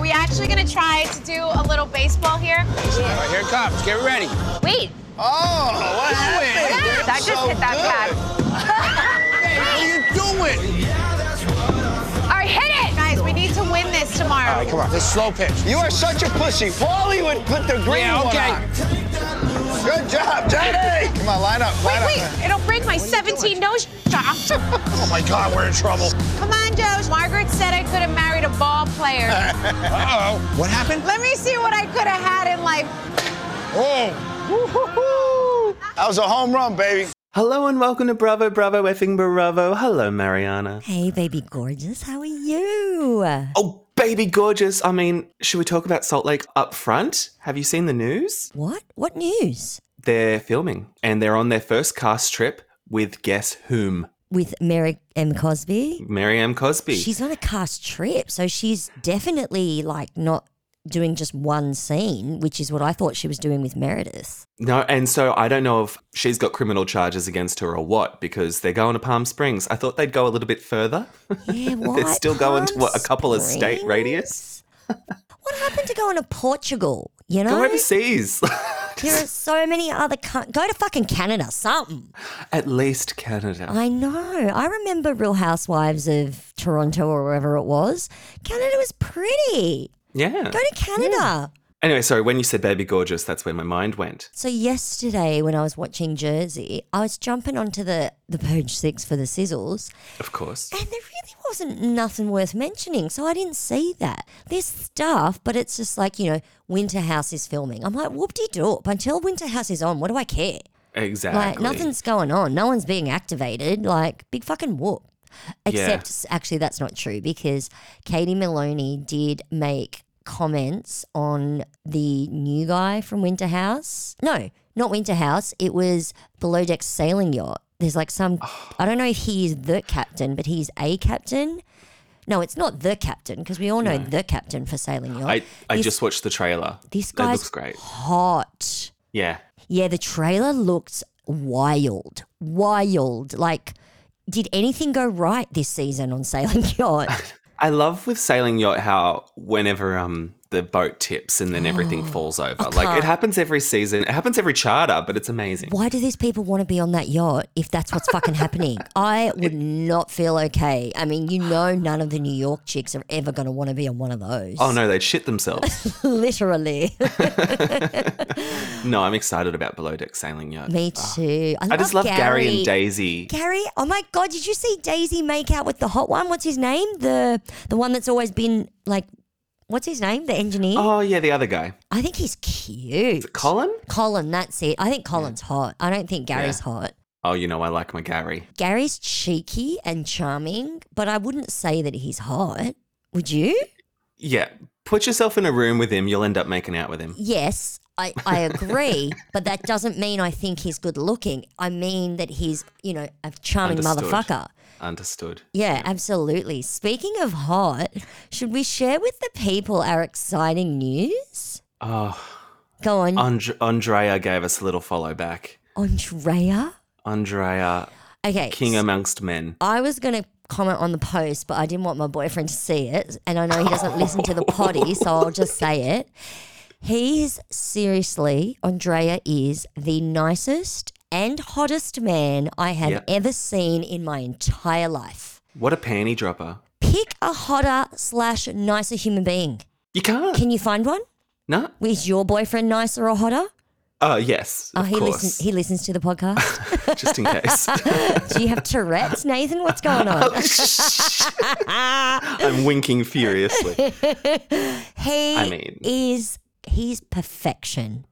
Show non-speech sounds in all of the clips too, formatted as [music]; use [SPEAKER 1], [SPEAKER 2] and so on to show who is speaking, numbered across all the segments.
[SPEAKER 1] we actually gonna try to do a little baseball here?
[SPEAKER 2] All right, here it comes. Get ready.
[SPEAKER 1] Wait,
[SPEAKER 2] Oh, what happened?
[SPEAKER 1] that just hit that pad.
[SPEAKER 2] Hey, what are you doing?
[SPEAKER 1] All right, hit it, guys. We need to win this
[SPEAKER 2] All
[SPEAKER 1] tomorrow.
[SPEAKER 2] right, come on. This is slow pitch.
[SPEAKER 3] You are such a pussy. Paulie would put the green
[SPEAKER 2] Yeah, okay.
[SPEAKER 3] one on. Good job, Johnny. Come on, line up, line
[SPEAKER 1] Wait,
[SPEAKER 3] up.
[SPEAKER 1] wait, it'll break my 17 nose [laughs] shots.
[SPEAKER 2] Oh my God, we're in trouble.
[SPEAKER 1] Come on, Joe. Margaret said I could have married a ball
[SPEAKER 2] [laughs]
[SPEAKER 1] player.
[SPEAKER 2] Uh oh. What happened?
[SPEAKER 1] Let me see what I could have had in life.
[SPEAKER 2] Oh.
[SPEAKER 3] That was a home run, baby.
[SPEAKER 4] Hello and welcome to Bravo, Bravo, effing Bravo. Hello, Mariana.
[SPEAKER 5] Hey, baby gorgeous, how are you?
[SPEAKER 4] Oh, baby gorgeous. I mean, should we talk about Salt Lake up front? Have you seen the news?
[SPEAKER 5] What? What news?
[SPEAKER 4] They're filming and they're on their first cast trip with guess whom?
[SPEAKER 5] With Mary M. Cosby?
[SPEAKER 4] Mary Ann Cosby.
[SPEAKER 5] She's on a cast trip, so she's definitely like not doing just one scene, which is what I thought she was doing with
[SPEAKER 4] [laughs]
[SPEAKER 5] Meredith.
[SPEAKER 4] No, and so I don't know if she's got criminal charges against her or what because they're going to Palm Springs. I thought they'd go a little bit further. [laughs]
[SPEAKER 5] Yeah, what?
[SPEAKER 4] they're still going to
[SPEAKER 5] Palm
[SPEAKER 4] what, a couple of state
[SPEAKER 5] Springs?
[SPEAKER 4] radius.
[SPEAKER 5] What happened to going to Portugal? You know?
[SPEAKER 4] Go overseas. [laughs]
[SPEAKER 5] There are so many other coun- go to fucking Canada, something.
[SPEAKER 4] At least Canada.
[SPEAKER 5] I know. I remember Real Housewives of Toronto or wherever it was. Canada was pretty.
[SPEAKER 4] yeah.
[SPEAKER 5] Go to Canada.
[SPEAKER 4] Anyway, sorry, when you said baby gorgeous, that's where my mind went.
[SPEAKER 5] So yesterday when I was watching Jersey, I was jumping onto the the page six for the sizzles,
[SPEAKER 4] Of course.
[SPEAKER 5] and there really wasn't nothing worth mentioning. So I didn't see that. There's stuff, but it's just like you know, Winter House is filming. I'm like, whoop de doop. Until Winter House is on, what do I care?
[SPEAKER 4] Exactly.
[SPEAKER 5] Eh, Like nothing's going on. No one's being activated. Like big fucking whoop. Except s- actually that's not true because Katie Maloney did make comments on the new guy from Winter House. No, not Winter House. It was Below Deck Sailing Yacht. There's like some
[SPEAKER 4] Ah.
[SPEAKER 5] I don't know if he is the captain, but he's a captain. No, it's not the captain because we all know the captain for sailing yacht.
[SPEAKER 4] I, I
[SPEAKER 5] This-
[SPEAKER 4] just watched the trailer.
[SPEAKER 5] this
[SPEAKER 4] guy
[SPEAKER 5] guy's
[SPEAKER 4] looks great.
[SPEAKER 5] hot.
[SPEAKER 4] Yeah.
[SPEAKER 5] Yeah, the trailer looked wild, wild. Like, did anything go right this season on Sailing [laughs] Yacht?
[SPEAKER 4] I love with sailing yacht how whenever um the boat tips and then everything
[SPEAKER 5] Oh,
[SPEAKER 4] falls over. Like it happens every season. It happens every charter, but it's amazing.
[SPEAKER 5] Why do these people want to be on that yacht if that's what's
[SPEAKER 4] [laughs]
[SPEAKER 5] fucking happening? I would not feel okay. I mean, you know, none of the New York chicks are ever going to want to be on one of those.
[SPEAKER 4] Oh no, they'd shit themselves. [laughs]
[SPEAKER 5] [laughs] Literally.
[SPEAKER 4] no, I'm excited about below deck sailing yacht.
[SPEAKER 5] Me too. I,
[SPEAKER 4] I just love Gary, and Daisy.
[SPEAKER 5] Gary, oh my god, did you see Daisy make out with the hot one? What's his name? The the one that's always been like, what's his name? The engineer.
[SPEAKER 4] Oh yeah, the other guy.
[SPEAKER 5] I think he's cute.
[SPEAKER 4] Colin?
[SPEAKER 5] Colin, that's it. I think Colin's hot. I don't think Gary's hot.
[SPEAKER 4] Oh, you know I like my Gary.
[SPEAKER 5] Gary's cheeky and charming, but I wouldn't say that he's hot. Would you?
[SPEAKER 4] Yeah. Put yourself in a room with him, you'll end up making out with him.
[SPEAKER 5] Yes, I,
[SPEAKER 4] [laughs]
[SPEAKER 5] I agree, but that doesn't mean I think he's good looking. I mean that he's, you know, a charming
[SPEAKER 4] Understood.
[SPEAKER 5] motherfucker.
[SPEAKER 4] Understood.
[SPEAKER 5] Yeah, absolutely. Speaking of hot, should we share with the people our exciting news?
[SPEAKER 4] Oh,
[SPEAKER 5] Go on,
[SPEAKER 4] And- Andrea gave us a little follow back.
[SPEAKER 5] Andrea.
[SPEAKER 4] Andrea,
[SPEAKER 5] Okay.
[SPEAKER 4] king amongst men.
[SPEAKER 5] I was going to comment on the post, but I didn't want my boyfriend to see it. And I know he doesn't listen to the potty, so I'll just say it. He's seriously, Andrea is the nicest and hottest man I have
[SPEAKER 4] Yep.
[SPEAKER 5] ever seen in my entire life.
[SPEAKER 4] What a panty dropper.
[SPEAKER 5] Pick a hotter slash nicer human being.
[SPEAKER 4] You can't.
[SPEAKER 5] Can you find one?
[SPEAKER 4] no?
[SPEAKER 5] Is your boyfriend nicer or hotter?
[SPEAKER 4] Oh, yes.
[SPEAKER 5] Oh,
[SPEAKER 4] of
[SPEAKER 5] he
[SPEAKER 4] course.
[SPEAKER 5] listens. He listens to the podcast.
[SPEAKER 4] [laughs] Just in
[SPEAKER 5] [laughs]
[SPEAKER 4] case.
[SPEAKER 5] Do you have Tourette's, Nathan? What's going on?
[SPEAKER 4] [laughs] I'm winking furiously.
[SPEAKER 5] He
[SPEAKER 4] I mean-
[SPEAKER 5] is he's perfection.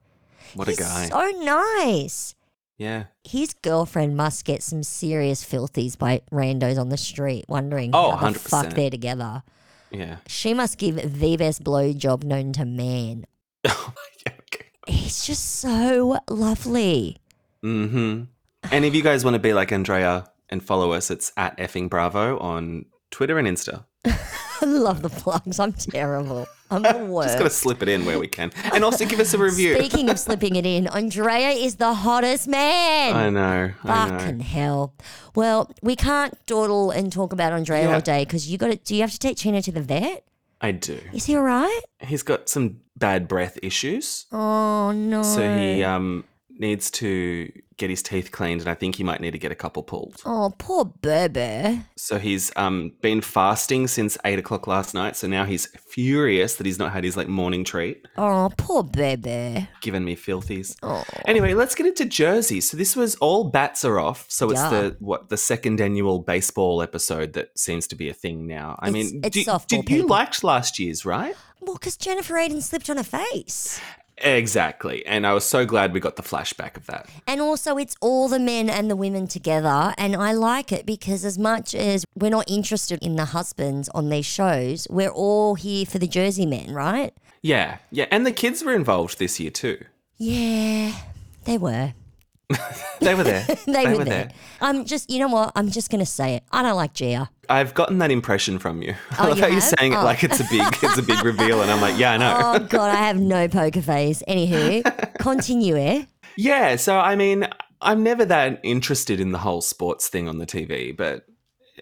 [SPEAKER 4] What a
[SPEAKER 5] he's
[SPEAKER 4] guy.
[SPEAKER 5] so nice.
[SPEAKER 4] yeah.
[SPEAKER 5] His girlfriend must get some serious filthies by randos on the street, wondering
[SPEAKER 4] Oh,
[SPEAKER 5] how the fuck
[SPEAKER 4] 100%.
[SPEAKER 5] they're together.
[SPEAKER 4] Yeah.
[SPEAKER 5] She must give the best blowjob known to man.
[SPEAKER 4] Oh, my God. Okay.
[SPEAKER 5] He's just so lovely. [laughs]
[SPEAKER 4] Mm-hmm. And if you guys want to be like Andrea and follow us, it's at effing bravo on Twitter and Insta.
[SPEAKER 5] I love the plugs. I'm terrible. I'm the
[SPEAKER 4] [laughs] Just got to
[SPEAKER 5] worst.
[SPEAKER 4] slip it in where we can. And also give us a [laughs] review.
[SPEAKER 5] Speaking of slipping it in, Andrea is the hottest man.
[SPEAKER 4] I know. I know.
[SPEAKER 5] Fucking hell. Well, we can't dawdle and talk about Andrea
[SPEAKER 4] Yeah.
[SPEAKER 5] all day because you got to. Do you have to take Tina to the vet?
[SPEAKER 4] I do.
[SPEAKER 5] Is he all right?
[SPEAKER 4] He's got some bad breath issues,
[SPEAKER 5] Oh, no.
[SPEAKER 4] so he um needs to get his teeth cleaned, and I think he might need to get a couple pulled.
[SPEAKER 5] Oh, poor Berber.
[SPEAKER 4] So he's um been fasting since eight o'clock last night. So now he's furious that he's not had his like morning treat.
[SPEAKER 5] Oh, poor Berber.
[SPEAKER 4] Given me filthies.
[SPEAKER 5] Oh.
[SPEAKER 4] Anyway, let's get into Jersey. So this was all bats are off. So it's
[SPEAKER 5] Yeah.
[SPEAKER 4] the what the second annual baseball episode that seems to be a thing now. I
[SPEAKER 5] It's-
[SPEAKER 4] mean,
[SPEAKER 5] it's
[SPEAKER 4] did,
[SPEAKER 5] softball,
[SPEAKER 4] did you
[SPEAKER 5] people.
[SPEAKER 4] liked last year's right?
[SPEAKER 5] Well, because Jennifer Aiden slipped on her face.
[SPEAKER 4] Exactly, and I was so glad we got the flashback of that.
[SPEAKER 5] And also, it's all the men and the women together. And I like it because, as much as we're not interested in the husbands on these shows, we're all here for the Jersey men, right?
[SPEAKER 4] Yeah, yeah, and the kids were involved this year too.
[SPEAKER 5] Yeah, they were. [laughs]
[SPEAKER 4] They were there.
[SPEAKER 5] They, were, there. I'm just, you know what? I'm just going to say it. I don't like Gia.
[SPEAKER 4] I've gotten that impression from you. [laughs] I
[SPEAKER 5] Oh,
[SPEAKER 4] love
[SPEAKER 5] you
[SPEAKER 4] how you're
[SPEAKER 5] have?
[SPEAKER 4] saying it
[SPEAKER 5] Oh.
[SPEAKER 4] like it's a big, it's a
[SPEAKER 5] [laughs]
[SPEAKER 4] big reveal, and I'm like, yeah, I know.
[SPEAKER 5] Oh, God, I have no poker face. [laughs] Anywho, continue. eh?
[SPEAKER 4] Yeah, so I mean, I'm never that interested in the whole sports thing on the TV, but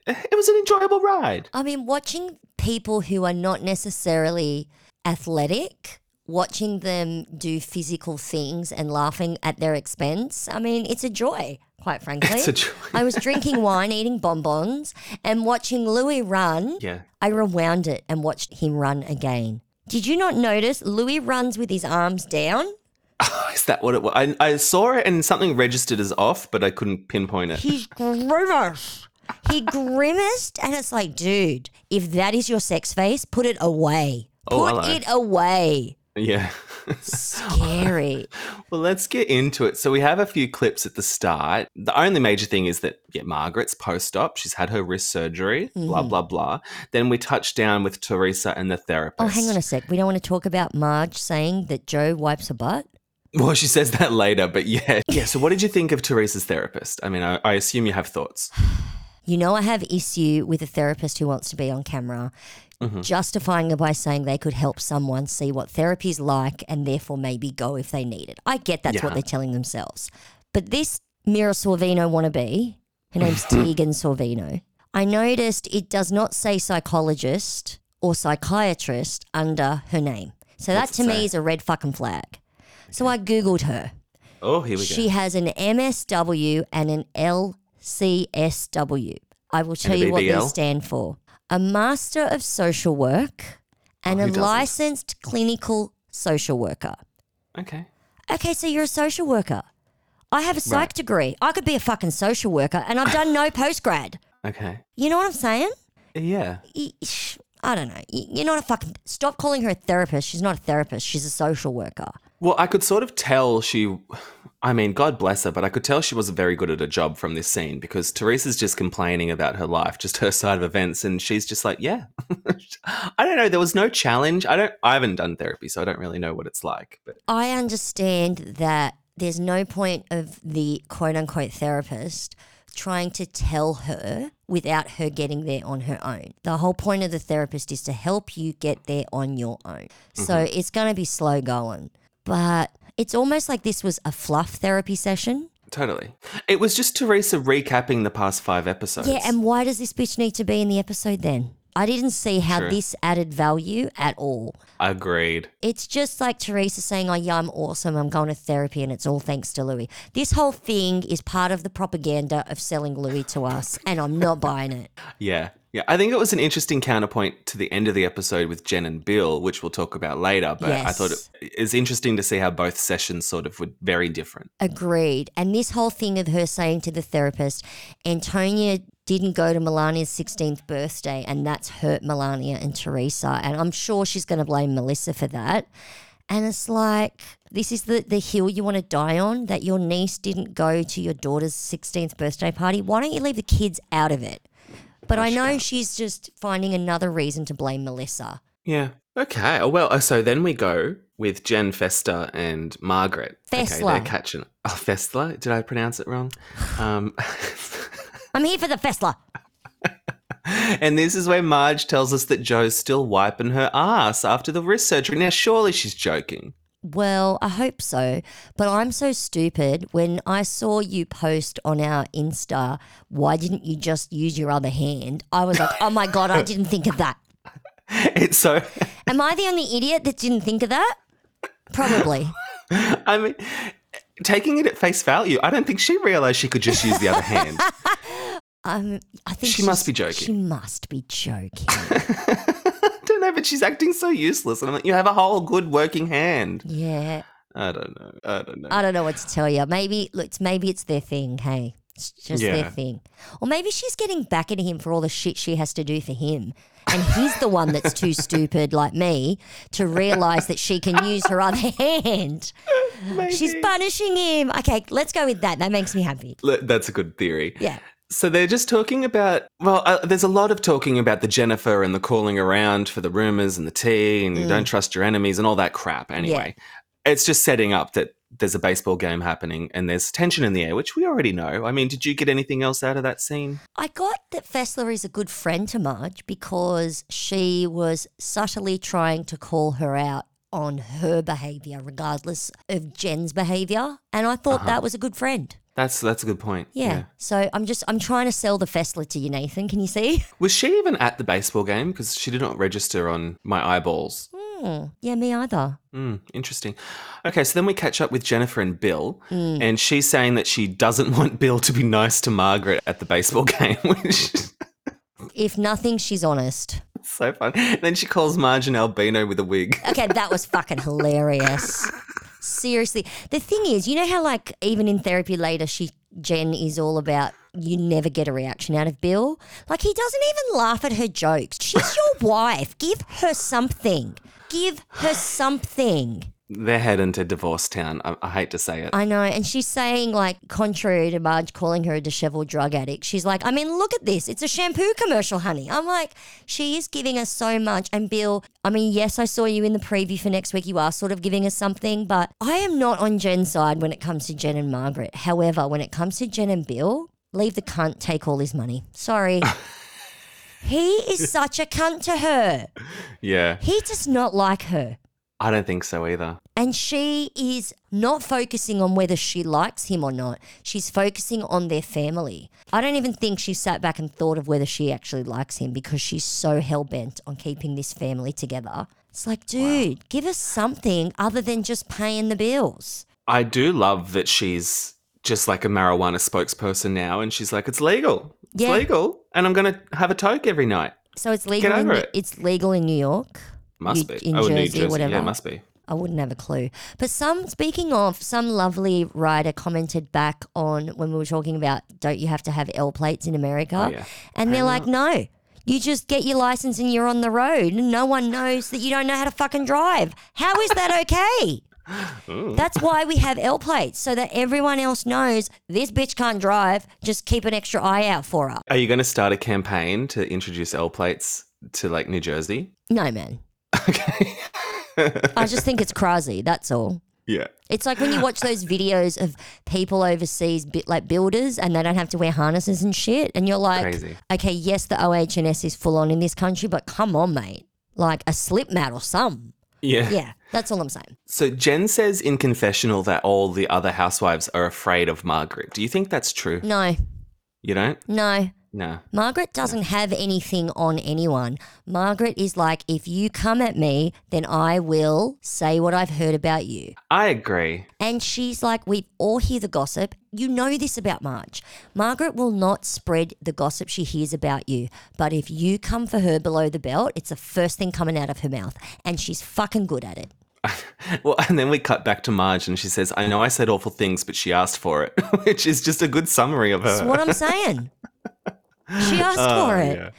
[SPEAKER 4] it was an enjoyable ride.
[SPEAKER 5] I mean, watching people who are not necessarily athletic, watching them do physical things and laughing at their expense, I mean, it's a joy, quite frankly.
[SPEAKER 4] It's a [laughs] joy.
[SPEAKER 5] I was drinking wine, eating bonbons, and watching Louis run.
[SPEAKER 4] Yeah.
[SPEAKER 5] I rewound it and watched him run again. Did you not notice Louis runs with his arms down?
[SPEAKER 4] Is that what it was? I, I saw it and something registered as off, but I couldn't pinpoint it.
[SPEAKER 5] He's grimaced. He grimaced, and it's like, dude, if that is your sex face, put it away. Put
[SPEAKER 4] Oh, hello.
[SPEAKER 5] it away.
[SPEAKER 4] Yeah.
[SPEAKER 5] Scary.
[SPEAKER 4] well, let's get into it. So we have a few clips at the start. The only major thing is that, yeah, Margaret's post op. She's had her wrist surgery, blah,
[SPEAKER 5] Mm-hmm.
[SPEAKER 4] blah, blah. Then we touch down with Teresa and the therapist.
[SPEAKER 5] [gasps] Oh, hang on a sec. We don't want to talk about Marge saying that Joe wipes her butt.
[SPEAKER 4] Well, she says that later, but yeah. Yeah. So what did you think of Teresa's therapist? I mean, I, I assume you have thoughts.
[SPEAKER 5] You know, I have issue with a therapist who wants to be on camera, justifying it by saying they could help someone see what therapy's like and therefore maybe go if they need it. I get that's
[SPEAKER 4] Yeah.
[SPEAKER 5] what they're telling themselves. But this Mira Sorvino wannabe, her name's Tegan Sorvino, I noticed it does not say psychologist or psychiatrist under her name. So
[SPEAKER 4] What's
[SPEAKER 5] that
[SPEAKER 4] it
[SPEAKER 5] to
[SPEAKER 4] say?
[SPEAKER 5] me is a red fucking flag. So I Googled her.
[SPEAKER 4] Oh, here we go.
[SPEAKER 5] She has an MSW and an LCSW. I will tell
[SPEAKER 4] And a
[SPEAKER 5] you what
[SPEAKER 4] BBL?
[SPEAKER 5] these stand for a Master of Social Work and
[SPEAKER 4] Oh,
[SPEAKER 5] a
[SPEAKER 4] who doesn't?
[SPEAKER 5] licensed clinical social worker.
[SPEAKER 4] Okay.
[SPEAKER 5] Okay, so you're a social worker. I have a psych degree. I could be a fucking social worker and I've done
[SPEAKER 4] [laughs]
[SPEAKER 5] no postgrad.
[SPEAKER 4] Okay.
[SPEAKER 5] You know what I'm saying?
[SPEAKER 4] Yeah.
[SPEAKER 5] Eesh, I don't know. Y- You're not a fucking. Stop calling her a therapist. She's not a therapist. She's a social worker.
[SPEAKER 4] Well, I could sort of tell she. I mean, God bless her, but I could tell she wasn't very good at her job from this scene because Teresa's just complaining about her life, just her side of events, and she's just like, "Yeah, [laughs] I don't know. There was no challenge. I don't. I haven't done therapy, so I don't really know what it's like." But
[SPEAKER 5] I understand that there's no point of the quote unquote therapist trying to tell her without her getting there on her own. The whole point of the therapist is to help you get there on your own. So it's going to be slow going, but it's almost like this was a fluff therapy session.
[SPEAKER 4] totally, it was just Teresa recapping the past five episodes.
[SPEAKER 5] Yeah, and why does this bitch need to be in the episode then? I didn't see how
[SPEAKER 4] True.
[SPEAKER 5] this added value at all.
[SPEAKER 4] agreed.
[SPEAKER 5] It's just like Teresa saying, Oh, yeah, I'm awesome. I'm going to therapy, and it's all thanks to Louis. This whole thing is part of the propaganda of selling Louis to us, and I'm not buying it.
[SPEAKER 4] Yeah. Yeah. I think it was an interesting counterpoint to the end of the episode with Jen and Bill, which we'll talk about later. But I thought
[SPEAKER 5] Yes.
[SPEAKER 4] it is interesting to see how both sessions sort of were very different.
[SPEAKER 5] Agreed. And this whole thing of her saying to the therapist, Antonia didn't go to Melania's 16th birthday, and that's hurt Melania and Teresa. And I'm sure she's going to blame Melissa for that. And it's like, this is the, the hill you want to die on that your niece didn't go to your daughter's 16th birthday party. Why don't you leave the kids out of it? But I know she's just finding another reason to blame Melissa.
[SPEAKER 4] Yeah. Okay. Oh, Well, uh, so then we go with Jen Fester and Margaret. Okay, they're
[SPEAKER 5] Fessler.
[SPEAKER 4] catching. Oh, Fessler? Did I pronounce it wrong? Um, [laughs]
[SPEAKER 5] I'm here for the Fessler.
[SPEAKER 4] and this is where Marge tells us that Joe's still wiping her ass after the wrist surgery. Now, surely she's joking. [laughs]
[SPEAKER 5] Well, I hope so. But I'm so stupid. When I saw you post on our Insta, why didn't you just use your other hand? I was like, oh my God, I didn't think of that.
[SPEAKER 4] It's so.
[SPEAKER 5] Am I the only idiot that didn't think of that? Probably.
[SPEAKER 4] I mean, taking it at face value, I don't think she realized she could just use the other hand. [laughs]
[SPEAKER 5] Um, I think
[SPEAKER 4] She must
[SPEAKER 5] she's-
[SPEAKER 4] be joking.
[SPEAKER 5] She must be joking.
[SPEAKER 4] I don't know, but she's acting so useless. And I'm like, you have a whole good working hand.
[SPEAKER 5] yeah,
[SPEAKER 4] I don't know. I don't know.
[SPEAKER 5] I don't know what to tell you. Maybe look, it's- maybe it's their thing. Hey, it's just
[SPEAKER 4] Yeah.
[SPEAKER 5] their thing. Or maybe she's getting back at him for all the shit she has to do for him, and he's the one that's too stupid, like me, to realize that she can use her other [laughs] hand. She's punishing him. Okay, let's go with that. That makes me happy.
[SPEAKER 4] L- That's a good theory.
[SPEAKER 5] Yeah.
[SPEAKER 4] So they're just talking about. Well, uh, there's a lot of talking about the Jennifer and the calling around for the rumors and the tea and you
[SPEAKER 5] Mm.
[SPEAKER 4] don't trust your enemies and all that crap. Anyway, it's just setting up that there's a baseball game happening and there's tension in the air, which we already know. I mean, did you get anything else out of that scene?
[SPEAKER 5] I got that Fessler is a good friend to Marge because she was subtly trying to call her out on her behavior, regardless of Jen's behavior. And I thought that was a good friend.
[SPEAKER 4] That's that's a good point.
[SPEAKER 5] Yeah. So I'm just, I'm trying to sell the Fessler to you, Nathan. Can you see? [laughs]
[SPEAKER 4] Was she even at the baseball game? Because she did not register on my eyeballs.
[SPEAKER 5] Hmm. Yeah, me either.
[SPEAKER 4] Mm, interesting. Okay, so then we catch up with Jennifer and Bill,
[SPEAKER 5] Hmm.
[SPEAKER 4] and she's saying that she doesn't [laughs] want Bill to be nice to Margaret at the baseball [laughs] game, which is
[SPEAKER 5] If nothing, she's honest.
[SPEAKER 4] so fun. then she calls Marge an albino with a wig.
[SPEAKER 5] Okay, that was fucking hilarious. Seriously. The thing is, you know how like even in therapy later she Jen is all about you never get a reaction out of Bill? Like he doesn't even laugh at her jokes. She's your [laughs] wife. Give her something. Give her something.
[SPEAKER 4] They're heading to Divorce Town. I, I hate to say it.
[SPEAKER 5] I know. And she's saying, like, contrary to Marge calling her a disheveled drug addict, she's like, I mean, look at this. It's a shampoo commercial, honey. I'm like, she is giving us so much. And Bill, I mean, yes, I saw you in the preview for next week. You are sort of giving us something, but I am not on Jen's side when it comes to Jen and Margaret. However, when it comes to Jen and Bill, leave the cunt, take all his money. Sorry. he is such a cunt to her.
[SPEAKER 4] yeah,
[SPEAKER 5] He does not like her.
[SPEAKER 4] I don't think so either.
[SPEAKER 5] And she is not focusing on whether she likes him or not. She's focusing on their family. I don't even think she sat back and thought of whether she actually likes him because she's so hell bent on keeping this family together. It's like, dude, give us something other than just paying the bills.
[SPEAKER 4] I do love that she's just like a marijuana spokesperson now, and she's like, it's legal. It's
[SPEAKER 5] Yeah.
[SPEAKER 4] legal. And I'm going to have a toke every night.
[SPEAKER 5] So it's legal.
[SPEAKER 4] Get
[SPEAKER 5] in,
[SPEAKER 4] over it.
[SPEAKER 5] It's legal in New York.
[SPEAKER 4] Must
[SPEAKER 5] You-
[SPEAKER 4] be.
[SPEAKER 5] in
[SPEAKER 4] oh, New
[SPEAKER 5] Jersey,
[SPEAKER 4] Jersey. Yeah,
[SPEAKER 5] whatever.
[SPEAKER 4] must be.
[SPEAKER 5] I wouldn't have a clue. But some, speaking of, some lovely writer commented back on when we were talking about don't you have to have L plates in America?
[SPEAKER 4] Oh, yeah.
[SPEAKER 5] And they're like, no, you just get your license and you're on the road and no one knows that you don't know how to fucking drive. How is that okay?
[SPEAKER 4] [laughs]
[SPEAKER 5] That's why we have L plates so that everyone else knows this bitch can't drive. Just keep an extra eye out for her.
[SPEAKER 4] Are you going to start a campaign to introduce L plates to like New Jersey?
[SPEAKER 5] No, man.
[SPEAKER 4] [laughs] Okay.
[SPEAKER 5] I just think it's crazy. That's all.
[SPEAKER 4] yeah.
[SPEAKER 5] It's like when you watch those videos of people overseas, bit like builders, and they don't have to wear harnesses and shit. And you're like,
[SPEAKER 4] Crazy.
[SPEAKER 5] okay, yes, the OHS is full on in this country, but come on, mate, like a slip mat or something.
[SPEAKER 4] Yeah.
[SPEAKER 5] Yeah, that's all I'm saying.
[SPEAKER 4] So Jen says in confessional that all the other housewives are afraid of Margaret. Do you think that's true?
[SPEAKER 5] No,
[SPEAKER 4] You don't?
[SPEAKER 5] no.
[SPEAKER 4] No.
[SPEAKER 5] Margaret doesn't have anything on anyone. Margaret is like, if you come at me, then I will say what I've heard about you.
[SPEAKER 4] I agree. [laughs]
[SPEAKER 5] And she's like, we all hear the gossip. You know this about Marge. Margaret will not spread the gossip she hears about you. But if you come for her below the belt, it's the first thing coming out of her mouth. And she's fucking good at it.
[SPEAKER 4] Well, and then we cut back to Marge and she says, I know I said awful things, but she asked for it, [laughs] which is just a good summary of
[SPEAKER 5] That's
[SPEAKER 4] her.
[SPEAKER 5] what I'm saying.
[SPEAKER 4] [laughs]
[SPEAKER 5] She
[SPEAKER 4] Oh,
[SPEAKER 5] asked for it.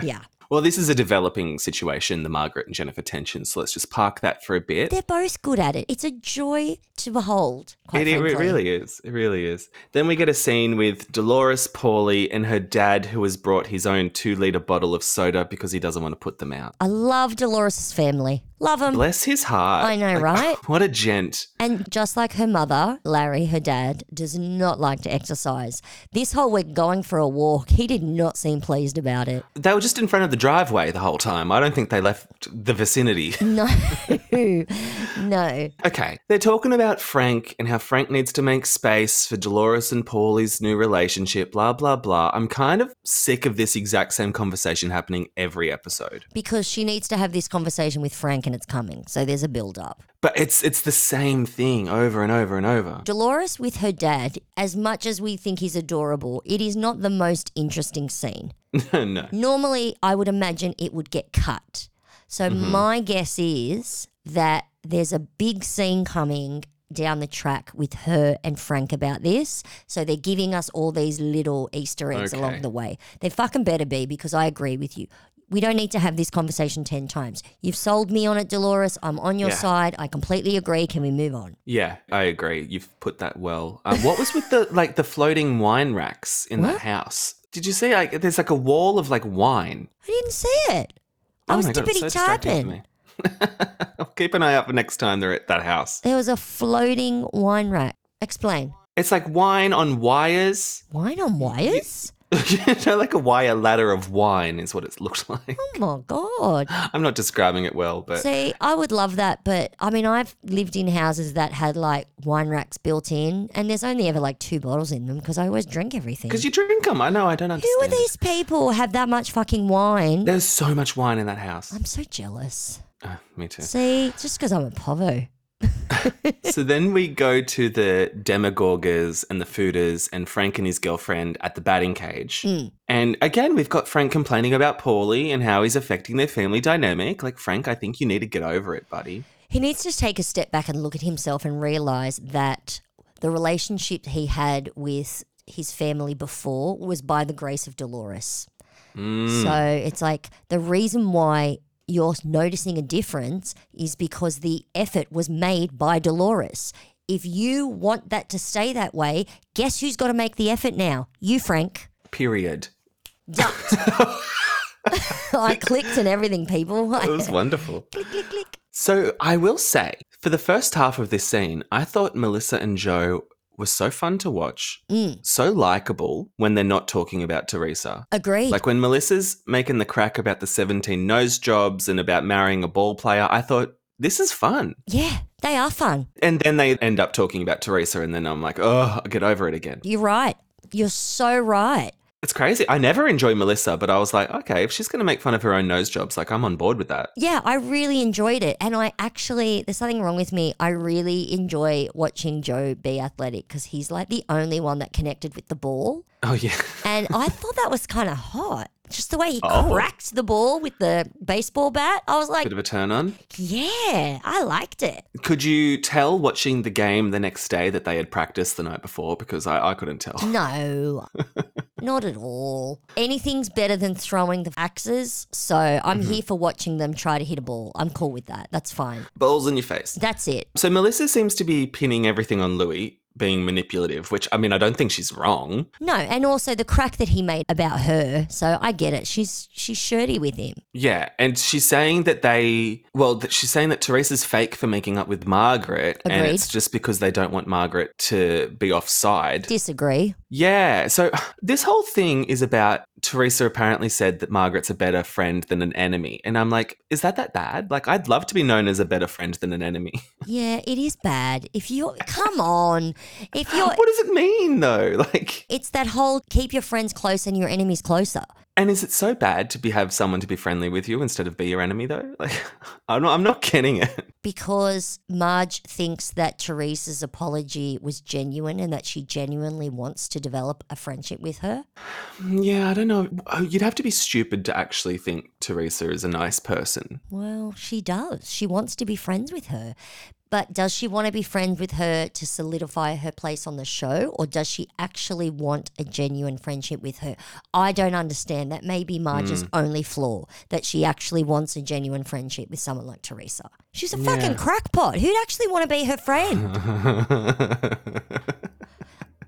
[SPEAKER 5] Yeah.
[SPEAKER 4] Well, this is a developing situation, the Margaret and Jennifer tension. So let's just park that for a bit.
[SPEAKER 5] They're both good at it. It's a joy to behold. Quite
[SPEAKER 4] It, it
[SPEAKER 5] frankly.
[SPEAKER 4] really is. It really is. Then we get a scene with Dolores Pauly and her dad, who has brought his own two liter bottle of soda because he doesn't want to put them out.
[SPEAKER 5] I love Dolores' family. Love him.
[SPEAKER 4] Bless his heart.
[SPEAKER 5] I know,
[SPEAKER 4] Like,
[SPEAKER 5] right?
[SPEAKER 4] [laughs] What a gent.
[SPEAKER 5] And just like her mother, Larry, her dad, does not like to exercise. This whole week going for a walk, he did not seem pleased about it. [laughs]
[SPEAKER 4] They were just in front of the driveway the whole time. I don't think they left the vicinity. [laughs]
[SPEAKER 5] No, no.
[SPEAKER 4] Okay. They're talking about Frank and how Frank needs to make space for Dolores and Paulie's new relationship, blah, blah, blah. I'm kind of sick of this exact same conversation happening every episode.
[SPEAKER 5] Because she needs to have this conversation with Frank and it's coming. So there's a build up.
[SPEAKER 4] But it's it's the same thing over and over and over.
[SPEAKER 5] Dolores with her dad, as much as we think he's adorable, it is not the most interesting scene.
[SPEAKER 4] [laughs] no.
[SPEAKER 5] Normally, I would imagine it would get cut. So,
[SPEAKER 4] Mm-hmm.
[SPEAKER 5] my guess is that there's a big scene coming down the track with her and Frank about this. So, they're giving us all these little Easter eggs
[SPEAKER 4] Okay.
[SPEAKER 5] along the way. They fucking better be because I agree with you. We don't need to have this conversation 10 times. You've sold me on it, Dolores. I'm on your
[SPEAKER 4] Yeah.
[SPEAKER 5] side. I completely agree. Can we move on?
[SPEAKER 4] Yeah, I agree. You've put that well. Um, what was with the like the floating wine racks in that house? Did you see like there's like a wall of like wine?
[SPEAKER 5] I didn't see it. I
[SPEAKER 4] Oh
[SPEAKER 5] was
[SPEAKER 4] my God, it's
[SPEAKER 5] dippity
[SPEAKER 4] so distracting for
[SPEAKER 5] typing.
[SPEAKER 4] me. [laughs] I'll keep an eye out for next time they're at that house.
[SPEAKER 5] There was a floating wine rack. Explain.
[SPEAKER 4] It's like wine on wires. [laughs]
[SPEAKER 5] Wine on wires?
[SPEAKER 4] you know, like a wire ladder of wine is what it looked [laughs] like.
[SPEAKER 5] Oh my God.
[SPEAKER 4] I'm not describing it well, but
[SPEAKER 5] See, I would love that, but I mean, I've lived in houses that had like wine racks built in, and there's only ever like two bottles in them because I always drink everything.
[SPEAKER 4] because you drink them, I know I don't understand.
[SPEAKER 5] Who are these people have that much fucking wine?
[SPEAKER 4] There's so much wine in that house.
[SPEAKER 5] I'm so jealous.
[SPEAKER 4] Oh, me too.
[SPEAKER 5] See, it's just because I'm a povo.
[SPEAKER 4] so then we go to the demagogues and the fooders and Frank and his girlfriend at the batting cage. And again, we've got Frank complaining about Paulie and how he's affecting their family dynamic. Like, Frank, I think you need to get over it, buddy.
[SPEAKER 5] He needs to take a step back and look at himself and realize that the relationship he had with his family before was by the grace of Dolores.
[SPEAKER 4] Mm.
[SPEAKER 5] So it's like the reason why you're noticing a difference is because the effort was made by Dolores. If you want that to stay that way, guess who's got to make the effort now? You, Frank.
[SPEAKER 4] Period. [laughs]
[SPEAKER 5] Ducked. [laughs] I clicked and everything, people.
[SPEAKER 4] It
[SPEAKER 5] [laughs]
[SPEAKER 4] was wonderful.
[SPEAKER 5] click, click, click.
[SPEAKER 4] So I will say, for the first half of this scene, I thought Melissa and Joe were so fun to watch, so likable when they're not talking about Teresa.
[SPEAKER 5] Agreed.
[SPEAKER 4] Like when Melissa's making the crack about the 17 nose jobs and about marrying a ball player, I thought, this is fun.
[SPEAKER 5] yeah, they are fun.
[SPEAKER 4] And then they end up talking about Teresa, and then I'm like, oh, I'll get over it again.
[SPEAKER 5] You're right. You're so right.
[SPEAKER 4] It's crazy. I never enjoy Melissa, but I was like, okay, if she's going to make fun of her own nose jobs, like I'm on board with that.
[SPEAKER 5] Yeah, I really enjoyed it. And I actually, there's something wrong with me. I really enjoy watching Joe be athletic because he's like the only one that connected with the ball.
[SPEAKER 4] Oh, yeah. [laughs]
[SPEAKER 5] And I thought that was kind of hot. Just the way he
[SPEAKER 4] Oh.
[SPEAKER 5] cracked the ball with the baseball bat. I was like,
[SPEAKER 4] Bit of a turn on.
[SPEAKER 5] yeah, I liked it.
[SPEAKER 4] Could you tell watching the game the next day that they had practiced the night before? Because I, I couldn't tell.
[SPEAKER 5] Mm.
[SPEAKER 4] [laughs]
[SPEAKER 5] No, not at all. Anything's better than throwing the axes. So I'm
[SPEAKER 4] Mm-hmm.
[SPEAKER 5] here for watching them try to hit a ball. I'm cool with that. That's fine.
[SPEAKER 4] Balls in your face.
[SPEAKER 5] That's it.
[SPEAKER 4] So Melissa seems to be pinning everything on Louis being manipulative, which I mean, I don't think she's wrong.
[SPEAKER 5] No, and also the crack that he made about her. So I get it. She's she's shirty with him.
[SPEAKER 4] Yeah, and she's saying that they, well, that she's saying that Teresa's fake for making up with Margaret, and
[SPEAKER 5] Agreed.
[SPEAKER 4] it's just because they don't want Margaret to be offside.
[SPEAKER 5] Disagree.
[SPEAKER 4] yeah, so [sighs] this whole thing is about Teresa apparently said that Margaret's a better friend than an enemy, and I'm like, is that that bad? Like, I'd love to be known as a better friend than an enemy. [laughs]
[SPEAKER 5] Yeah, it is bad. If you come on, if you're
[SPEAKER 4] what does it mean though? [laughs] Like,
[SPEAKER 5] it's that whole keep your friends close and your enemies closer.
[SPEAKER 4] and is it so bad to be have someone to be friendly with you instead of be your enemy though? [laughs] Like, I'm not, I'm not getting it.
[SPEAKER 5] Because Marge thinks that Teresa's apology was genuine and that she genuinely wants to develop a friendship with her.
[SPEAKER 4] Yeah, I don't know. Oh, You'd have to be stupid to actually think Teresa is a nice person.
[SPEAKER 5] Well, she does. She wants to be friends with her. But does she want to be friends with her to solidify her place on the show, or does she actually want a genuine friendship with her? I don't understand. That may be Marge's only flaw that she actually wants a genuine friendship with someone like Teresa. She's a fucking crackpot. Who'd actually want to be her friend?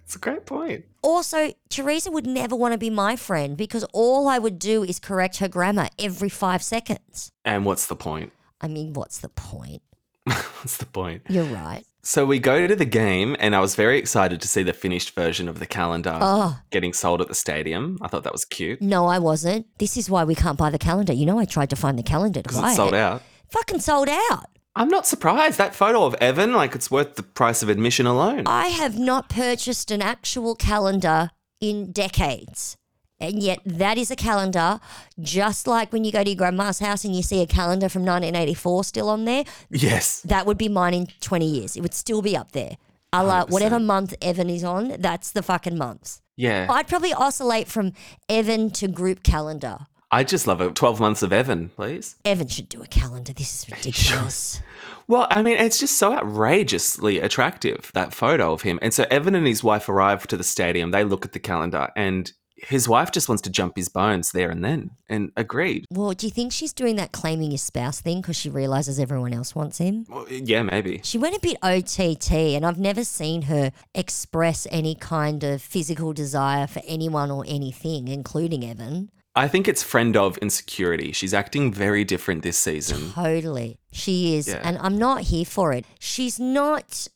[SPEAKER 4] It's a great point.
[SPEAKER 5] also, Teresa would never want to be my friend because all I would do is correct her grammar every five seconds.
[SPEAKER 4] And what's the point? [laughs]
[SPEAKER 5] I mean, what's the point?
[SPEAKER 4] That's the point.
[SPEAKER 5] You're right.
[SPEAKER 4] So we go to the game, and I was very excited to see the finished version of the calendar
[SPEAKER 5] Oh.
[SPEAKER 4] getting sold at the stadium. I thought that was cute.
[SPEAKER 5] No, I wasn't. This is why we can't buy the calendar. You know, I tried to find the calendar to
[SPEAKER 4] Because
[SPEAKER 5] buy
[SPEAKER 4] it's sold
[SPEAKER 5] it.
[SPEAKER 4] out.
[SPEAKER 5] Fucking sold out.
[SPEAKER 4] I'm not surprised. That photo of Evan, like, it's worth the price of admission alone.
[SPEAKER 5] I have not purchased an actual calendar in decades. And yet, that is a calendar, just like when you go to your grandma's house and you see a calendar from 1984 still on there.
[SPEAKER 4] yes.
[SPEAKER 5] That would be mine in 20 years. It would still be up there. A la whatever month Evan is on, that's the fucking months.
[SPEAKER 4] Yeah.
[SPEAKER 5] I'd probably oscillate from Evan to group calendar.
[SPEAKER 4] I just love it. 12 months of Evan, please.
[SPEAKER 5] Evan should do a calendar.
[SPEAKER 4] [laughs]
[SPEAKER 5] This is ridiculous.
[SPEAKER 4] Well, I mean, it's just so outrageously attractive, that photo of him. And so Evan and his wife arrive to the stadium. They look at the calendar, and his wife just wants to jump his bones there and then. And agreed.
[SPEAKER 5] Well, do you think she's doing that claiming his spouse thing because she realizes everyone else wants him?
[SPEAKER 4] Well, yeah, maybe.
[SPEAKER 5] She went a bit OTT, and I've never seen her express any kind of physical desire for anyone or anything, including Evan.
[SPEAKER 4] I think it's friend of insecurity. She's acting very different this
[SPEAKER 5] [laughs]
[SPEAKER 4] season.
[SPEAKER 5] Totally. She is.
[SPEAKER 4] Yeah.
[SPEAKER 5] And I'm not here for it. She's not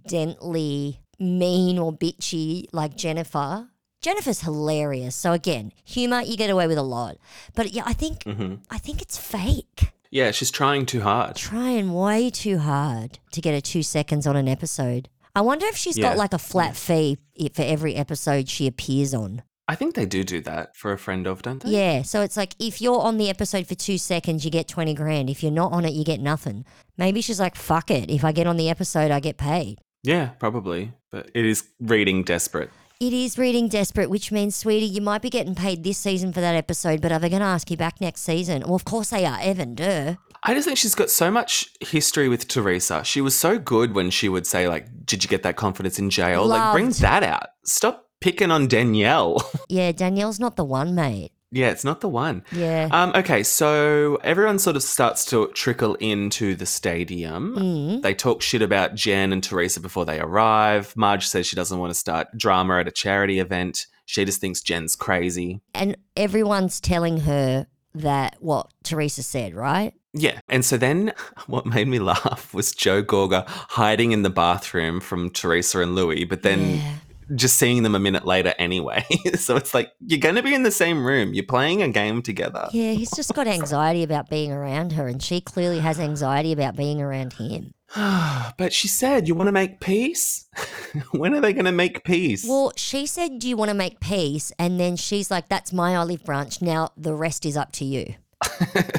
[SPEAKER 5] accidentally mean or bitchy like Jennifer. Jennifer's hilarious. So again, humor you get away with a lot. But yeah, I think I think it's fake.
[SPEAKER 4] Yeah, she's trying too hard.
[SPEAKER 5] Trying way too hard to get her 2 seconds on an episode. I wonder if she's
[SPEAKER 4] Yeah.
[SPEAKER 5] got like a flat fee i- for every episode she appears on.
[SPEAKER 4] I think they do do that for a friend of, don't they?
[SPEAKER 5] Yeah, so it's like if you're on the episode for two seconds, you get 20 grand. If you're not on it, you get nothing. Maybe she's like, fuck it. If I get on the episode, I get paid.
[SPEAKER 4] Yeah, probably. But it is reading desperate.
[SPEAKER 5] It is reading desperate, which means, sweetie, you might be getting paid this season for that episode, but are they going to ask you back next season? Well, of course they are, Evan, duh.
[SPEAKER 4] I just think she's got so much history with Teresa. She was so good when she would say, like, did you get that confidence in jail? Like, bring
[SPEAKER 5] Loved.
[SPEAKER 4] that out. Stop picking on Danielle. [laughs]
[SPEAKER 5] Yeah, Danielle's not the one, mate.
[SPEAKER 4] yeah, it's not the one.
[SPEAKER 5] Yeah.
[SPEAKER 4] Um, okay, so everyone sort of starts to trickle into the stadium.
[SPEAKER 5] Mm.
[SPEAKER 4] They talk shit about Jen and Teresa before they arrive. Marge says she doesn't want to start drama at a charity event. She just thinks Jen's crazy.
[SPEAKER 5] And everyone's telling her that what Teresa said, right?
[SPEAKER 4] Yeah. And so then [laughs] what made me laugh was Joe Gorga hiding in the bathroom from Teresa and Louis, but then
[SPEAKER 5] Yeah.
[SPEAKER 4] just seeing them a minute later anyway. [laughs] so it's like, you're going to be in the same room. You're playing a game together.
[SPEAKER 5] Yeah, he's just got anxiety about being around her, and she clearly has anxiety about being around him.
[SPEAKER 4] But she said, you want to make peace? [laughs] when are they going to make peace?
[SPEAKER 5] Well, she said, Do you want to make peace? And then she's like, That's my olive branch. Now the rest is up to you.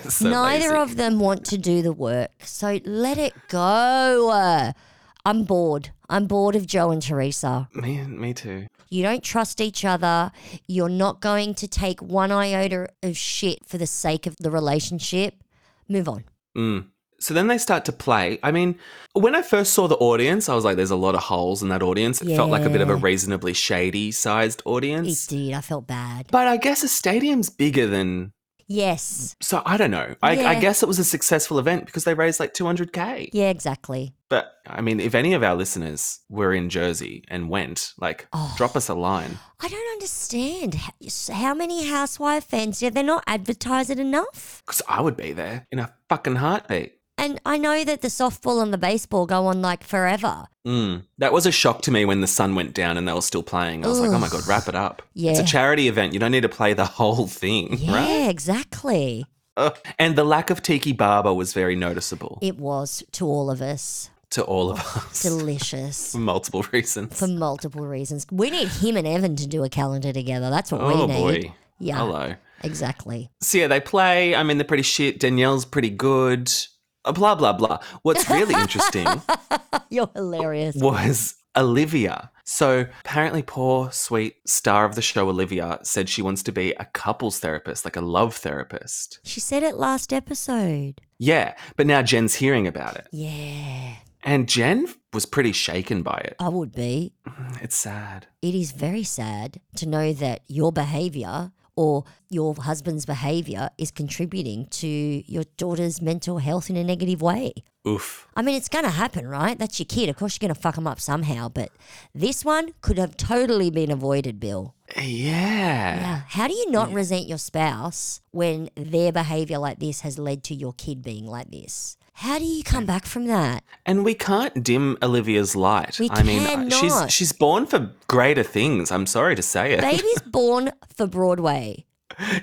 [SPEAKER 4] So
[SPEAKER 5] Neither
[SPEAKER 4] lazy.
[SPEAKER 5] of them want to do the work. So let it go. I'm bored. I'm bored of Joe and Teresa.
[SPEAKER 4] Me, me too.
[SPEAKER 5] You don't trust each other. You're not going to take one iota of shit for the sake of the relationship. Move on.
[SPEAKER 4] So then they start to play. I mean, when I first saw the audience, I was like, there's a lot of holes in that audience. It felt like a bit of a
[SPEAKER 5] Yeah.
[SPEAKER 4] reasonably shady sized
[SPEAKER 5] It
[SPEAKER 4] audience.
[SPEAKER 5] did. I felt bad.
[SPEAKER 4] But I guess a stadium's bigger than.
[SPEAKER 5] Yes.
[SPEAKER 4] So I don't know. I, I
[SPEAKER 5] Yeah.
[SPEAKER 4] guess it was a successful event because they raised like 200K.
[SPEAKER 5] Yeah, exactly.
[SPEAKER 4] But I mean, if any of our listeners were in Jersey and went, like,
[SPEAKER 5] Oh.
[SPEAKER 4] drop us a line.
[SPEAKER 5] I don't understand. H- How many housewife fans? Yeah, they're not advertising enough.
[SPEAKER 4] Because I would be there in a fucking heartbeat.
[SPEAKER 5] And I know that the softball and the baseball go on like forever.
[SPEAKER 4] Mm. That was a shock to me when the sun went down and they were still playing. I was like, oh my God, wrap it up. It's a
[SPEAKER 5] Yeah.
[SPEAKER 4] charity event. You don't need to play the whole thing,
[SPEAKER 5] Yeah,
[SPEAKER 4] right?
[SPEAKER 5] exactly.
[SPEAKER 4] Ugh. and the lack of Tiki Barber was very noticeable
[SPEAKER 5] It was to all of us
[SPEAKER 4] to all of us [laughs]
[SPEAKER 5] delicious
[SPEAKER 4] for multiple reasons.
[SPEAKER 5] for multiple reasons. We need him and Evan to do a calendar together. That's what
[SPEAKER 4] oh
[SPEAKER 5] we need.
[SPEAKER 4] boy.
[SPEAKER 5] Yeah,
[SPEAKER 4] Hello.
[SPEAKER 5] exactly.
[SPEAKER 4] So yeah, they play. I mean, they're pretty shit. Danielle's pretty good. Uh, Blah blah blah. What's really
[SPEAKER 5] [laughs]
[SPEAKER 4] interesting
[SPEAKER 5] You're hilarious.
[SPEAKER 4] was Olivia. So apparently, poor sweet star of the show Olivia said she wants to be a couples therapist, like a love therapist.
[SPEAKER 5] She said it last episode.
[SPEAKER 4] Yeah, but now Jen's hearing about it,
[SPEAKER 5] Yeah,
[SPEAKER 4] and Jen was pretty shaken by it.
[SPEAKER 5] I would be.
[SPEAKER 4] It's sad.
[SPEAKER 5] It is very sad to know that your behavior or your husband's behavior is contributing to your daughter's mental health in a negative way.
[SPEAKER 4] Oof.
[SPEAKER 5] I mean, it's going to happen, right? That's your kid. Of course, you're going to fuck them up somehow. But this one could have totally been avoided, Bill.
[SPEAKER 4] Yeah.
[SPEAKER 5] Yeah. How do you not resent your spouse when their behavior like this has led to your kid being like this? How do you come back from that?
[SPEAKER 4] And we can't dim Olivia's light.
[SPEAKER 5] We
[SPEAKER 4] I mean, I-
[SPEAKER 5] cannot.
[SPEAKER 4] she's she's born for greater things. I'm sorry to say it.
[SPEAKER 5] Baby's [laughs] born for Broadway.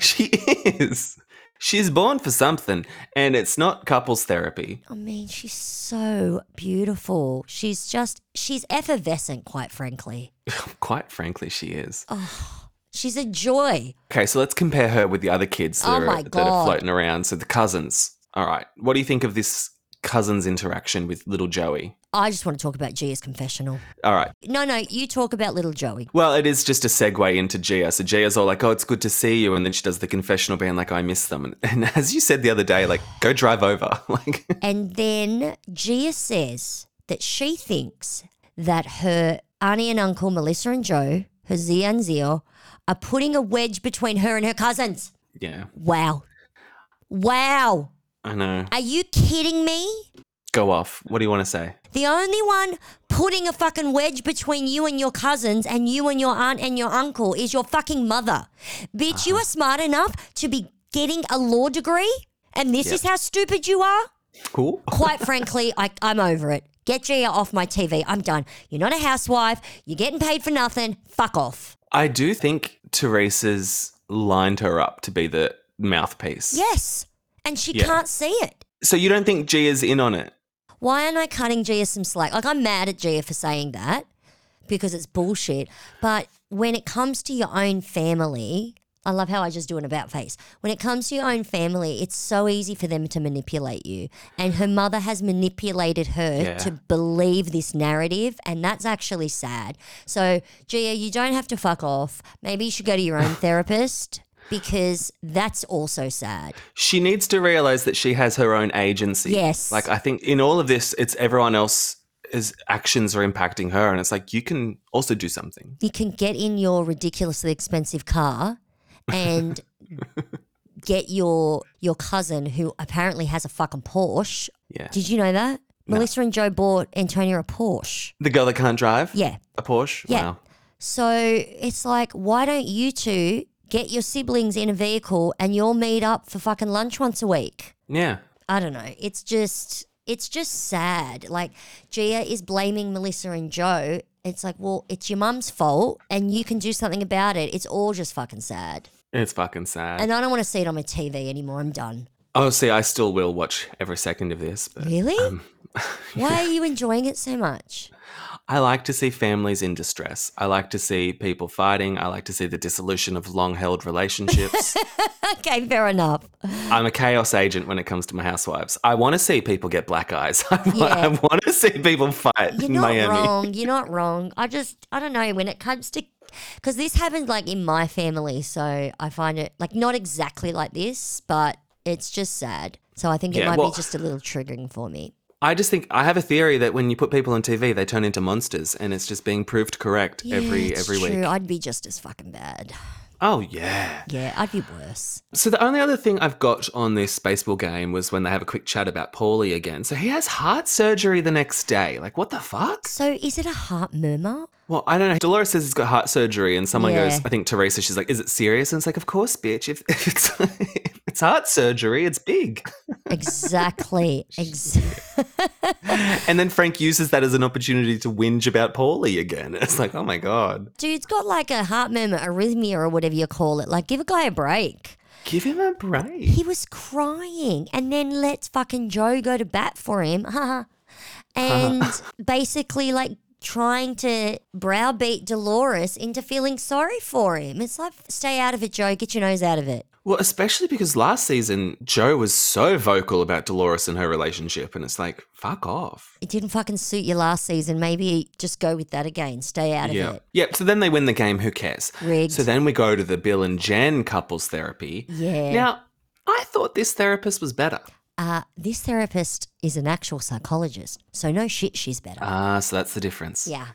[SPEAKER 4] She is. She's born for something, and it's not couples therapy. [laughs]
[SPEAKER 5] I mean, she's so beautiful. She's just, she's effervescent, quite frankly.
[SPEAKER 4] Quite frankly, she is.
[SPEAKER 5] Oh. She's a joy.
[SPEAKER 4] Okay, so let's compare her with the other kids that,
[SPEAKER 5] Oh
[SPEAKER 4] are,
[SPEAKER 5] my
[SPEAKER 4] that
[SPEAKER 5] God.
[SPEAKER 4] are floating around. So the cousins. All right. What do you think of this cousin's interaction with little Joey?
[SPEAKER 5] I just want to talk about Gia's confessional.
[SPEAKER 4] All right.
[SPEAKER 5] No, no, you talk about little Joey.
[SPEAKER 4] Well, it is just a segue into Gia. So Gia's all like, oh, it's good to see you. And then she does the confessional being like, I miss them. [laughs] And, and as you said the other day, like, go drive over. [laughs]
[SPEAKER 5] [laughs]
[SPEAKER 4] Like,
[SPEAKER 5] And then Gia says that she thinks that her auntie and uncle, Melissa and Joe, her Zia and Zio, are putting a wedge between her and her cousins.
[SPEAKER 4] yeah,
[SPEAKER 5] Wow. Wow.
[SPEAKER 4] I know.
[SPEAKER 5] Are you kidding me?
[SPEAKER 4] Go off. What do you want to say?
[SPEAKER 5] The only one putting a fucking wedge between you and your cousins and you and your aunt and your uncle is your fucking mother. Bitch, you are smart enough to be getting a law degree and this is how stupid you are?
[SPEAKER 4] Cool.
[SPEAKER 5] quite frankly, I, I'm over it. Get Gia off my TV. I'm done. You're not a housewife. You're getting paid for nothing. Fuck off.
[SPEAKER 4] I do think Teresa's lined her up to be the mouthpiece.
[SPEAKER 5] Yes. And she
[SPEAKER 4] Yeah.
[SPEAKER 5] can't see it.
[SPEAKER 4] So you don't think Gia's in on it?
[SPEAKER 5] Why aren't I cutting Gia some slack? Like, I'm mad at Gia for saying that because it's bullshit. But when it comes to your own family, I love how I just do an about face. When it comes to your own family, it's so easy for them to manipulate you. And her mother has manipulated her
[SPEAKER 4] Yeah.
[SPEAKER 5] to believe this narrative, and that's actually sad. So, Gia, you don't have to fuck off. Maybe you should go to your own therapist because that's also sad.
[SPEAKER 4] She needs to realize that she has her own agency.
[SPEAKER 5] Yes.
[SPEAKER 4] Like I think in all of this, it's everyone else's actions are impacting her, and it's like you can also do something.
[SPEAKER 5] you can get in your ridiculously expensive car and get your your cousin who apparently has a fucking Porsche.
[SPEAKER 4] Yeah.
[SPEAKER 5] Did you know that? Melissa and Joe bought Antonia a Porsche.
[SPEAKER 4] The girl that can't drive.
[SPEAKER 5] Yeah.
[SPEAKER 4] A Porsche.
[SPEAKER 5] Yeah.
[SPEAKER 4] Wow.
[SPEAKER 5] So it's like, why don't you two get your siblings in a vehicle and you'll meet up for fucking lunch once a week?
[SPEAKER 4] Yeah.
[SPEAKER 5] I don't know. It's just it's just sad. Like Gia is blaming Melissa and Joe. It's like, well, it's your mum's fault and you can do something about it. It's all just fucking sad.
[SPEAKER 4] It's fucking sad.
[SPEAKER 5] And I don't want to see it on my TV anymore. I'm done.
[SPEAKER 4] oh, see, I still will watch every second of this, but
[SPEAKER 5] Really?
[SPEAKER 4] Um, [laughs]
[SPEAKER 5] Why are you enjoying it so much?
[SPEAKER 4] I like to see families in distress. I like to see people fighting. I like to see the dissolution of long-held
[SPEAKER 5] [laughs]
[SPEAKER 4] relationships.
[SPEAKER 5] Okay, fair enough.
[SPEAKER 4] I'm a chaos agent when it comes to my housewives. I want to see people get black eyes. [laughs] I, wa-
[SPEAKER 5] Yeah.
[SPEAKER 4] I want to see people fight
[SPEAKER 5] You're
[SPEAKER 4] in
[SPEAKER 5] not
[SPEAKER 4] Miami.
[SPEAKER 5] wrong. You're not wrong. I just, I don't know when it comes to, because this happened like in my family. So I find it like not exactly like this, but it's just sad. So I think it
[SPEAKER 4] Yeah,
[SPEAKER 5] might
[SPEAKER 4] well-
[SPEAKER 5] be just a little triggering for me.
[SPEAKER 4] I just think I have a theory that when you put people on TV, they turn into monsters, and it's just being proved correct every
[SPEAKER 5] it's
[SPEAKER 4] every
[SPEAKER 5] true.
[SPEAKER 4] week.
[SPEAKER 5] I'd be just as fucking bad.
[SPEAKER 4] Oh yeah.
[SPEAKER 5] Yeah, I'd be worse.
[SPEAKER 4] So the only other thing I've got on this baseball game was when they have a quick chat about Paulie again. So he has heart surgery the next day. Like what the fuck?
[SPEAKER 5] So is it a heart murmur?
[SPEAKER 4] Well, I don't know. Dolores says he's got heart surgery, and someone
[SPEAKER 5] Yeah.
[SPEAKER 4] goes, I think Teresa, she's like, "Is it serious?" And it's like, "Of course, bitch. If, if it's [laughs] if it's heart surgery, it's big." [laughs]
[SPEAKER 5] Exactly. Ex-
[SPEAKER 4] And then Frank uses that as an opportunity to whinge about Paulie again. [laughs] It's like, oh my god,
[SPEAKER 5] Dude's got like a heart murmur, arrhythmia, or whatever you call it. Like, give a guy a break.
[SPEAKER 4] give him a break.
[SPEAKER 5] He was crying, and then lets fucking Joe go to bat for him. [laughs] Haha.
[SPEAKER 4] [laughs]
[SPEAKER 5] and basically, like, trying to browbeat Dolores into feeling sorry for him. It's like, stay out of it, Joe. Get your nose out of it.
[SPEAKER 4] Well, especially because last season Joe was so vocal about Dolores and her relationship, and it's like, fuck off.
[SPEAKER 5] It didn't fucking suit you last season. Maybe just go with that again. Stay out of
[SPEAKER 4] Yeah.
[SPEAKER 5] it.
[SPEAKER 4] Yep. So then they win the game. Who cares?
[SPEAKER 5] Rigged.
[SPEAKER 4] So then we go to the Bill and Jen couples therapy.
[SPEAKER 5] Yeah.
[SPEAKER 4] Now, I thought this therapist was better.
[SPEAKER 5] Uh, this therapist is an actual psychologist, so no shit, she's better.
[SPEAKER 4] Ah, so that's the difference.
[SPEAKER 5] yeah.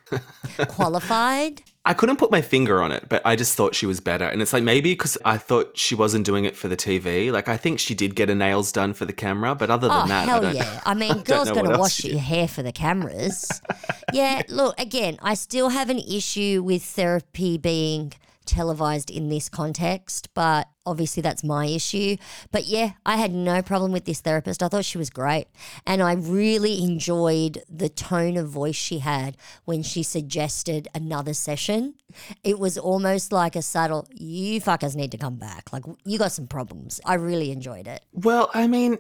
[SPEAKER 5] Qualified,
[SPEAKER 4] I couldn't put my finger on it, but I just thought she was better. And it's like maybe because I thought she wasn't doing it for the TV. Like I think she did get her nails done for the camera, but other than
[SPEAKER 5] Oh
[SPEAKER 4] that, I
[SPEAKER 5] hell
[SPEAKER 4] don't, [laughs]
[SPEAKER 5] yeah! I mean,
[SPEAKER 4] don't
[SPEAKER 5] girls
[SPEAKER 4] know
[SPEAKER 5] going
[SPEAKER 4] what
[SPEAKER 5] to
[SPEAKER 4] else
[SPEAKER 5] wash
[SPEAKER 4] she
[SPEAKER 5] your hair for the cameras.
[SPEAKER 4] [laughs]
[SPEAKER 5] yeah, look again. I still have an issue with therapy being televised in this context, but obviously that's my issue. But yeah, I had no problem with this therapist. I thought she was great, and I really enjoyed the tone of voice she had when she suggested another session. It was almost like a subtle, "You fuckers need to come back. Like you got some problems." I really enjoyed it.
[SPEAKER 4] Well, I mean,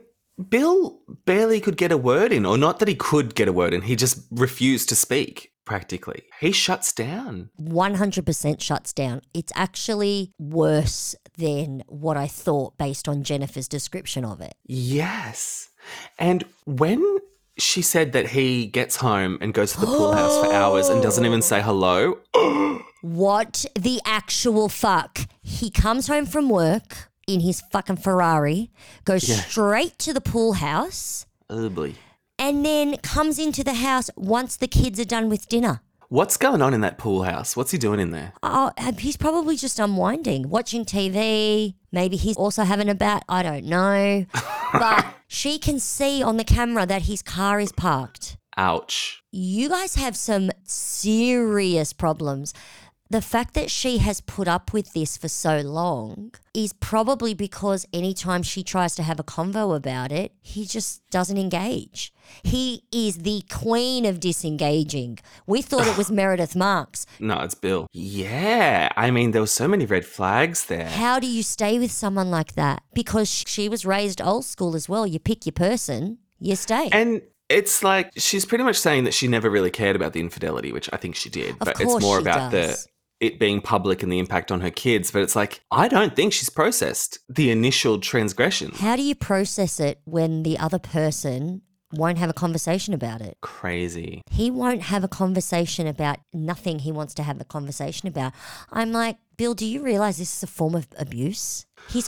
[SPEAKER 4] Bill barely could get a word in, or not that he could get a word in. He just refused to speak. Practically, he shuts down.
[SPEAKER 5] 100% shuts down. It's actually worse than what I thought based on Jennifer's description of it.
[SPEAKER 4] Yes. And when she said that he gets home and goes to the pool house for hours and doesn't even
[SPEAKER 5] [gasps]
[SPEAKER 4] say hello,
[SPEAKER 5] What the actual fuck? He comes home from work in his fucking Ferrari, goes straight to the pool house,
[SPEAKER 4] ugly.
[SPEAKER 5] and then comes into the house once the kids are done with dinner.
[SPEAKER 4] What's going on in that pool house? What's he doing in there?
[SPEAKER 5] Oh, he's probably just unwinding, watching TV. Maybe he's also having a bat. I don't know. But she can see on the camera that his car is parked.
[SPEAKER 4] Ouch.
[SPEAKER 5] you guys have some serious problems. The fact that she has put up with this for so long is probably because anytime she tries to have a convo about it, he just doesn't engage. He is the queen of disengaging. We thought it was Meredith Marks.
[SPEAKER 4] No, it's Bill. Yeah. I mean, there were so many red flags there.
[SPEAKER 5] How do you stay with someone like that? Because sh- she was raised old school as well. You pick your person, you stay.
[SPEAKER 4] And it's like she's pretty much saying that she never really cared about the infidelity, which I think she did. but it's
[SPEAKER 5] course
[SPEAKER 4] more
[SPEAKER 5] she
[SPEAKER 4] about
[SPEAKER 5] does.
[SPEAKER 4] the it being public and the impact on her kids. But it's like, I don't think she's processed the initial transgression.
[SPEAKER 5] How do you process it when the other person won't have a conversation about it?
[SPEAKER 4] Crazy.
[SPEAKER 5] he won't have a conversation about nothing he wants to have a conversation about. I'm like, Bill, do you realize this is a form of abuse? He's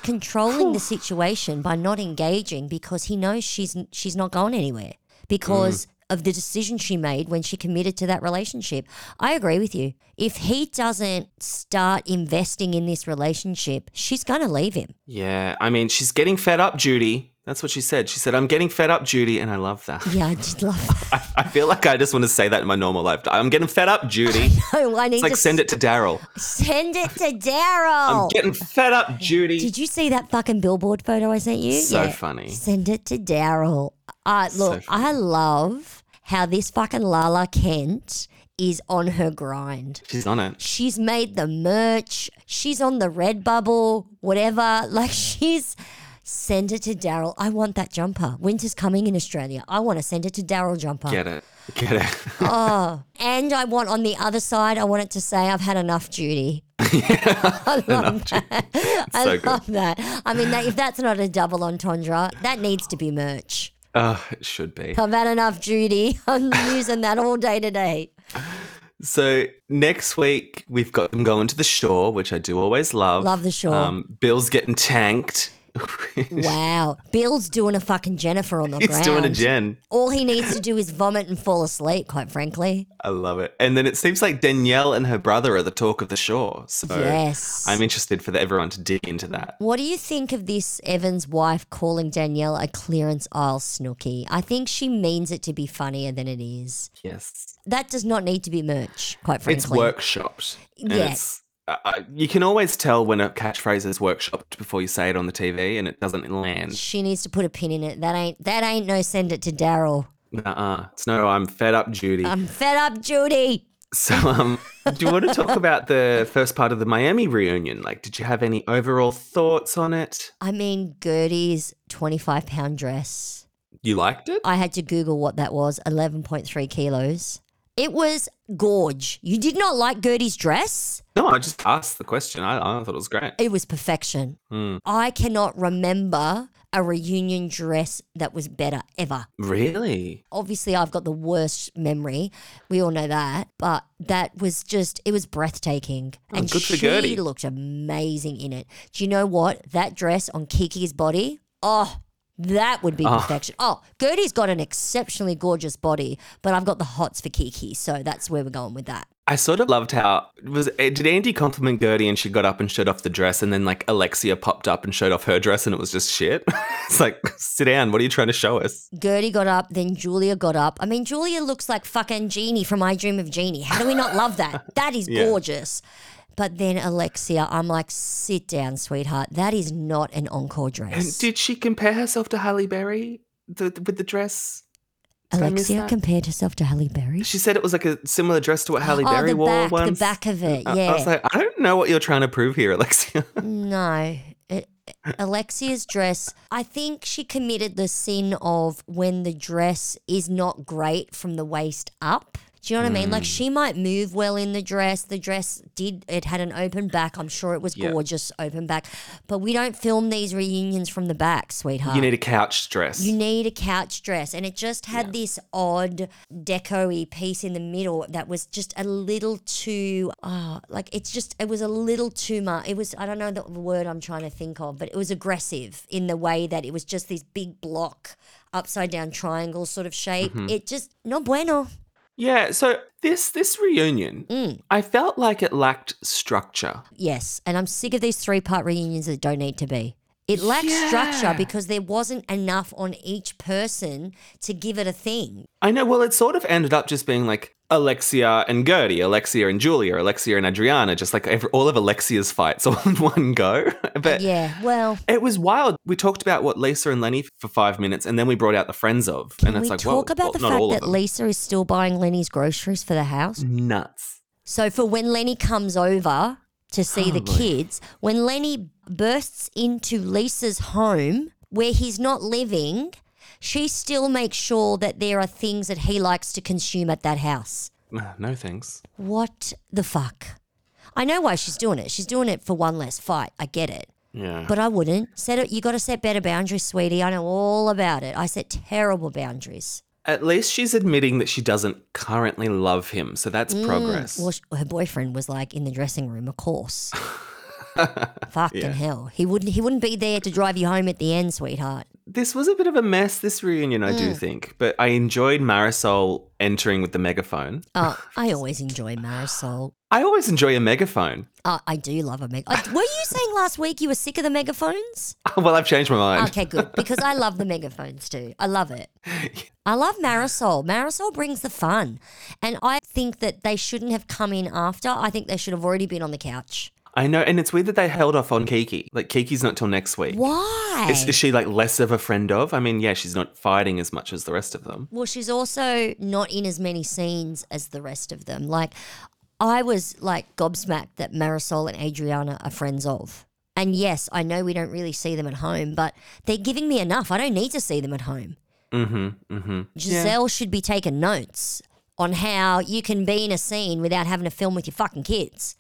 [SPEAKER 4] [sighs]
[SPEAKER 5] controlling the situation by not engaging because he knows she's she's not going anywhere because
[SPEAKER 4] Mm.
[SPEAKER 5] of the decision she made when she committed to that relationship. I agree with you. If he doesn't start investing in this relationship, she's going to leave him.
[SPEAKER 4] Yeah, I mean, she's getting fed up, Judy. That's what she said. She said, I'm getting fed up, Judy, and I love that.
[SPEAKER 5] Yeah, I did love that.
[SPEAKER 4] [laughs]
[SPEAKER 5] [laughs]
[SPEAKER 4] I, I feel like I just want to say that in my normal life. I'm getting fed up, Judy.
[SPEAKER 5] [laughs]
[SPEAKER 4] [laughs] It's
[SPEAKER 5] Oh, I need
[SPEAKER 4] like
[SPEAKER 5] to
[SPEAKER 4] send it to Daryl.
[SPEAKER 5] send it to
[SPEAKER 4] I'm
[SPEAKER 5] Daryl.
[SPEAKER 4] getting fed up, Judy.
[SPEAKER 5] Did you see that fucking billboard photo I sent you?
[SPEAKER 4] So funny.
[SPEAKER 5] Send it to Daryl. Uh, look, I love how this fucking Lala Kent is on her grind.
[SPEAKER 4] She's on it.
[SPEAKER 5] She's made the merch. She's on the Redbubble, whatever. [laughs] Like she's send it to Daryl. I want that jumper. Winter's coming in Australia. I want to send it to Daryl jumper.
[SPEAKER 4] Get it. Get it. [laughs]
[SPEAKER 5] And I want on the other side, I want it to say, I've had enough
[SPEAKER 4] [laughs]
[SPEAKER 5] duty. [laughs] I love that. I
[SPEAKER 4] so good.
[SPEAKER 5] love that. I mean, that, if that's not a double entendre, that needs to be merch.
[SPEAKER 4] Oh, it should be.
[SPEAKER 5] I've had enough duty. [laughs] I'm using that all day
[SPEAKER 4] [laughs]
[SPEAKER 5] today.
[SPEAKER 4] So next week we've got them going to the shore, which I do always love. Um,
[SPEAKER 5] Love the shore.
[SPEAKER 4] Bill's getting tanked. [laughs]
[SPEAKER 5] Wow. Bill's doing a fucking Jennifer on the
[SPEAKER 4] He's
[SPEAKER 5] ground.
[SPEAKER 4] doing a gen.
[SPEAKER 5] All he needs to do is vomit and fall asleep, quite frankly.
[SPEAKER 4] I love it. And then it seems like Danielle and her brother are the talk of the shore. So
[SPEAKER 5] Yes.
[SPEAKER 4] I'm interested for everyone to dig into that.
[SPEAKER 5] What do you think of this Evan's wife calling Danielle a clearance aisle snooky? I think she means it to be funnier than it is.
[SPEAKER 4] Yes.
[SPEAKER 5] that does not need to be merch, quite frankly.
[SPEAKER 4] It's workshopped. And
[SPEAKER 5] Yeah.
[SPEAKER 4] it's, I- I- you can always tell when a catchphrase is workshopped before you say it on the TV and it doesn't land.
[SPEAKER 5] She needs to put a pin in it. That ain't that ain't no send it to Daryl.
[SPEAKER 4] Nuh-uh. It's no, I'm fed up, Judy.
[SPEAKER 5] I'm fed up, Judy.
[SPEAKER 4] so, um, do you want to talk about the first part of the Miami reunion? Like, did you have any overall thoughts on it?
[SPEAKER 5] I mean Gertie's twenty five pound dress.
[SPEAKER 4] You liked it?
[SPEAKER 5] I had to Google what that was. Eleven point three kilos. It was gorge. You did not like Gertie's dress?
[SPEAKER 4] No, I just asked the question. I, I thought it was great.
[SPEAKER 5] It was perfection. I cannot remember a reunion dress that was better ever.
[SPEAKER 4] Really?
[SPEAKER 5] obviously I've got the worst memory. We all know that, but that was just it was breathtaking. and
[SPEAKER 4] good for
[SPEAKER 5] she
[SPEAKER 4] Gertie.
[SPEAKER 5] looked amazing in it. Do you know what? That dress on Kiki's body, oh That would be
[SPEAKER 4] Ah.
[SPEAKER 5] perfection. Oh, Gertie's got an exceptionally gorgeous body, but I've got the hots for Kiki, so that's where we're going with that.
[SPEAKER 4] I sort of loved how was eh, did Andy compliment Gertie and she got up and showed off the dress and then like Alexia popped up and showed off her dress and it was just shit. [laughs] it's like sit down. What are you trying to show us?
[SPEAKER 5] Gertie got up, then Julia got up. I mean, Julia looks like fucking Jeannie from I Dream of Jeannie. How do we not
[SPEAKER 4] [laughs]
[SPEAKER 5] love that? That is
[SPEAKER 4] Yeah.
[SPEAKER 5] gorgeous. But then Alexia, I'm like, sit down, sweetheart. That is not an encore dress.
[SPEAKER 4] Did she compare herself to Halle Berry the, with the dress? Did I miss
[SPEAKER 5] Alexia
[SPEAKER 4] that?
[SPEAKER 5] compared herself to Halle Berry.
[SPEAKER 4] She said it was like a similar dress to what Halle
[SPEAKER 5] oh,
[SPEAKER 4] Berry
[SPEAKER 5] the
[SPEAKER 4] wore
[SPEAKER 5] back,
[SPEAKER 4] once.
[SPEAKER 5] the back of it.
[SPEAKER 4] I-
[SPEAKER 5] Yeah.
[SPEAKER 4] I was like, I don't know what you're trying to prove here, Alexia. [laughs]
[SPEAKER 5] No. It, Alexia's dress, I think she committed the sin of when the dress is not great from the waist up. Do you know what I mean? Like she might move well in the dress. The dress did, it had an open back. I'm sure it was
[SPEAKER 4] Yeah.
[SPEAKER 5] gorgeous open back. But we don't film these reunions from the back, sweetheart.
[SPEAKER 4] Uh, you need a couch dress.
[SPEAKER 5] You need a couch dress. And it just had this odd deco piece in the middle that was just a little too, uh, like it's just, it was a little too much. It was, I don't know the the word I'm trying to think of, but it was aggressive in the way that it was just this big block, upside down triangle sort of shape. It just, no bueno.
[SPEAKER 4] yeah, so this this reunion,
[SPEAKER 5] Mm.
[SPEAKER 4] I felt like it lacked structure.
[SPEAKER 5] Yes. And I'm sick of these three part reunions that don't need to be. It lacks structure
[SPEAKER 4] Yeah.
[SPEAKER 5] because there wasn't enough on each person to give it a thing.
[SPEAKER 4] I know, well, it sort of ended up just being like Alexia and Gertie, Alexia and Julia, Alexia and Adriana, just like every, all of Alexia's fights [laughs] all in one go. [laughs] But
[SPEAKER 5] Yeah. Well,
[SPEAKER 4] it was wild. We talked about what Lisa and Lenny for five minutes, and then we brought out the friends of, and
[SPEAKER 5] Can
[SPEAKER 4] it's
[SPEAKER 5] we
[SPEAKER 4] like,
[SPEAKER 5] talk
[SPEAKER 4] whoa,
[SPEAKER 5] about
[SPEAKER 4] well,
[SPEAKER 5] the
[SPEAKER 4] not
[SPEAKER 5] fact
[SPEAKER 4] all
[SPEAKER 5] that
[SPEAKER 4] of them.
[SPEAKER 5] Lisa is still buying Lenny's groceries for the house?
[SPEAKER 4] nuts. [sighs]
[SPEAKER 5] So for when Lenny comes over to see the kids, when Lenny bursts into Lisa's home where he's not living, she still makes sure that there are things that he likes to consume at that house.
[SPEAKER 4] Uh, No thanks.
[SPEAKER 5] What the fuck? I know why she's doing it. She's doing it for one less fight. I get it.
[SPEAKER 4] Yeah.
[SPEAKER 5] But I wouldn't. Set it you gotta set better boundaries, sweetie. I know all about it. I set terrible boundaries.
[SPEAKER 4] At least she's admitting that she doesn't currently love him, so that's progress.
[SPEAKER 5] Mm, Well, sh- her boyfriend was like in the dressing room, of course. Fucking hell, he wouldn't. He wouldn't be there to drive you home at the end, sweetheart.
[SPEAKER 4] this was a bit of a mess, this reunion, I
[SPEAKER 5] Mm.
[SPEAKER 4] do think, but I enjoyed Marisol entering with the megaphone.
[SPEAKER 5] Oh, I always enjoy Marisol.
[SPEAKER 4] I always enjoy a megaphone. [laughs]
[SPEAKER 5] Oh, I do love a megaphone. Were you saying last week you were sick of the megaphones?
[SPEAKER 4] well, I've changed my mind.
[SPEAKER 5] Okay, good. Because I love the megaphones too. I love it. I love Marisol. Marisol brings the fun. And I think that they shouldn't have come in after. I think they should have already been on the couch.
[SPEAKER 4] I know, and it's weird that they held off on Kiki. Like Kiki's not till next week.
[SPEAKER 5] Why?
[SPEAKER 4] Is, is she like less of a friend of? I mean, yeah, she's not fighting as much as the rest of them.
[SPEAKER 5] Well, she's also not in as many scenes as the rest of them. Like, I was like gobsmacked that Marisol and Adriana are friends of. And yes, I know we don't really see them at home, but they're giving me enough. I don't need to see them at home.
[SPEAKER 4] Mm-hmm. Mm-hmm.
[SPEAKER 5] Giselle should be taking notes on how you can be in a scene without having to film with your fucking kids.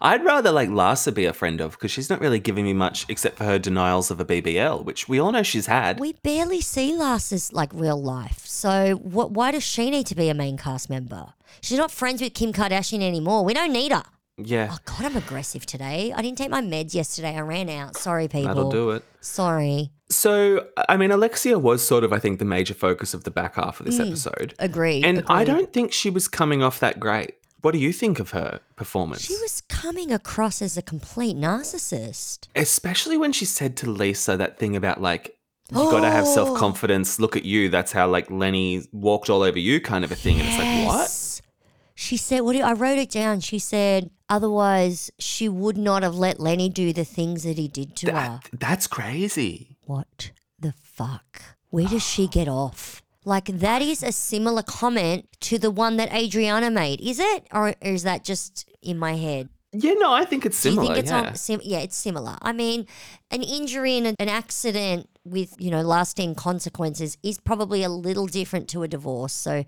[SPEAKER 4] I'd rather like Larsa be a friend of because she's not really giving me much except for her denials of a BBL, which we all know she's had.
[SPEAKER 5] We barely see Larsa's like real life. So what? Why does she need to be a main cast member? She's not friends with Kim Kardashian anymore. We don't need her.
[SPEAKER 4] yeah,
[SPEAKER 5] Oh God, I'm aggressive today. I didn't take my meds yesterday. I ran out. Sorry, people.
[SPEAKER 4] that'll do it.
[SPEAKER 5] Sorry.
[SPEAKER 4] So, I mean, Alexia was sort of, I think, the major focus of the back half of this
[SPEAKER 5] Mm,
[SPEAKER 4] episode.
[SPEAKER 5] Agreed.
[SPEAKER 4] And I
[SPEAKER 5] agreed.
[SPEAKER 4] don't think she was coming off that great. What do you think of her performance?
[SPEAKER 5] She was coming across as a complete narcissist.
[SPEAKER 4] Especially when she said to Lisa that thing about like, you gotta have
[SPEAKER 5] Oh.
[SPEAKER 4] self confidence, look at you. That's how like Lenny walked all over you kind of a thing. And it's
[SPEAKER 5] Yes. She said, "What do you, I wrote it down?" She said, "Otherwise, she would not have let Lenny do the things that he did to
[SPEAKER 4] like, what?
[SPEAKER 5] her."
[SPEAKER 4] That, that's crazy.
[SPEAKER 5] What the fuck? Where does she get off? Like that is a similar comment to the one that Adriana made, is it? Or is that just in my head?
[SPEAKER 4] Yeah, no, I think it's similar.
[SPEAKER 5] Do you think it's
[SPEAKER 4] yeah.
[SPEAKER 5] on, sim- yeah, it's similar. I mean, an injury and an an accident with you know lasting consequences is probably a little different to a divorce. So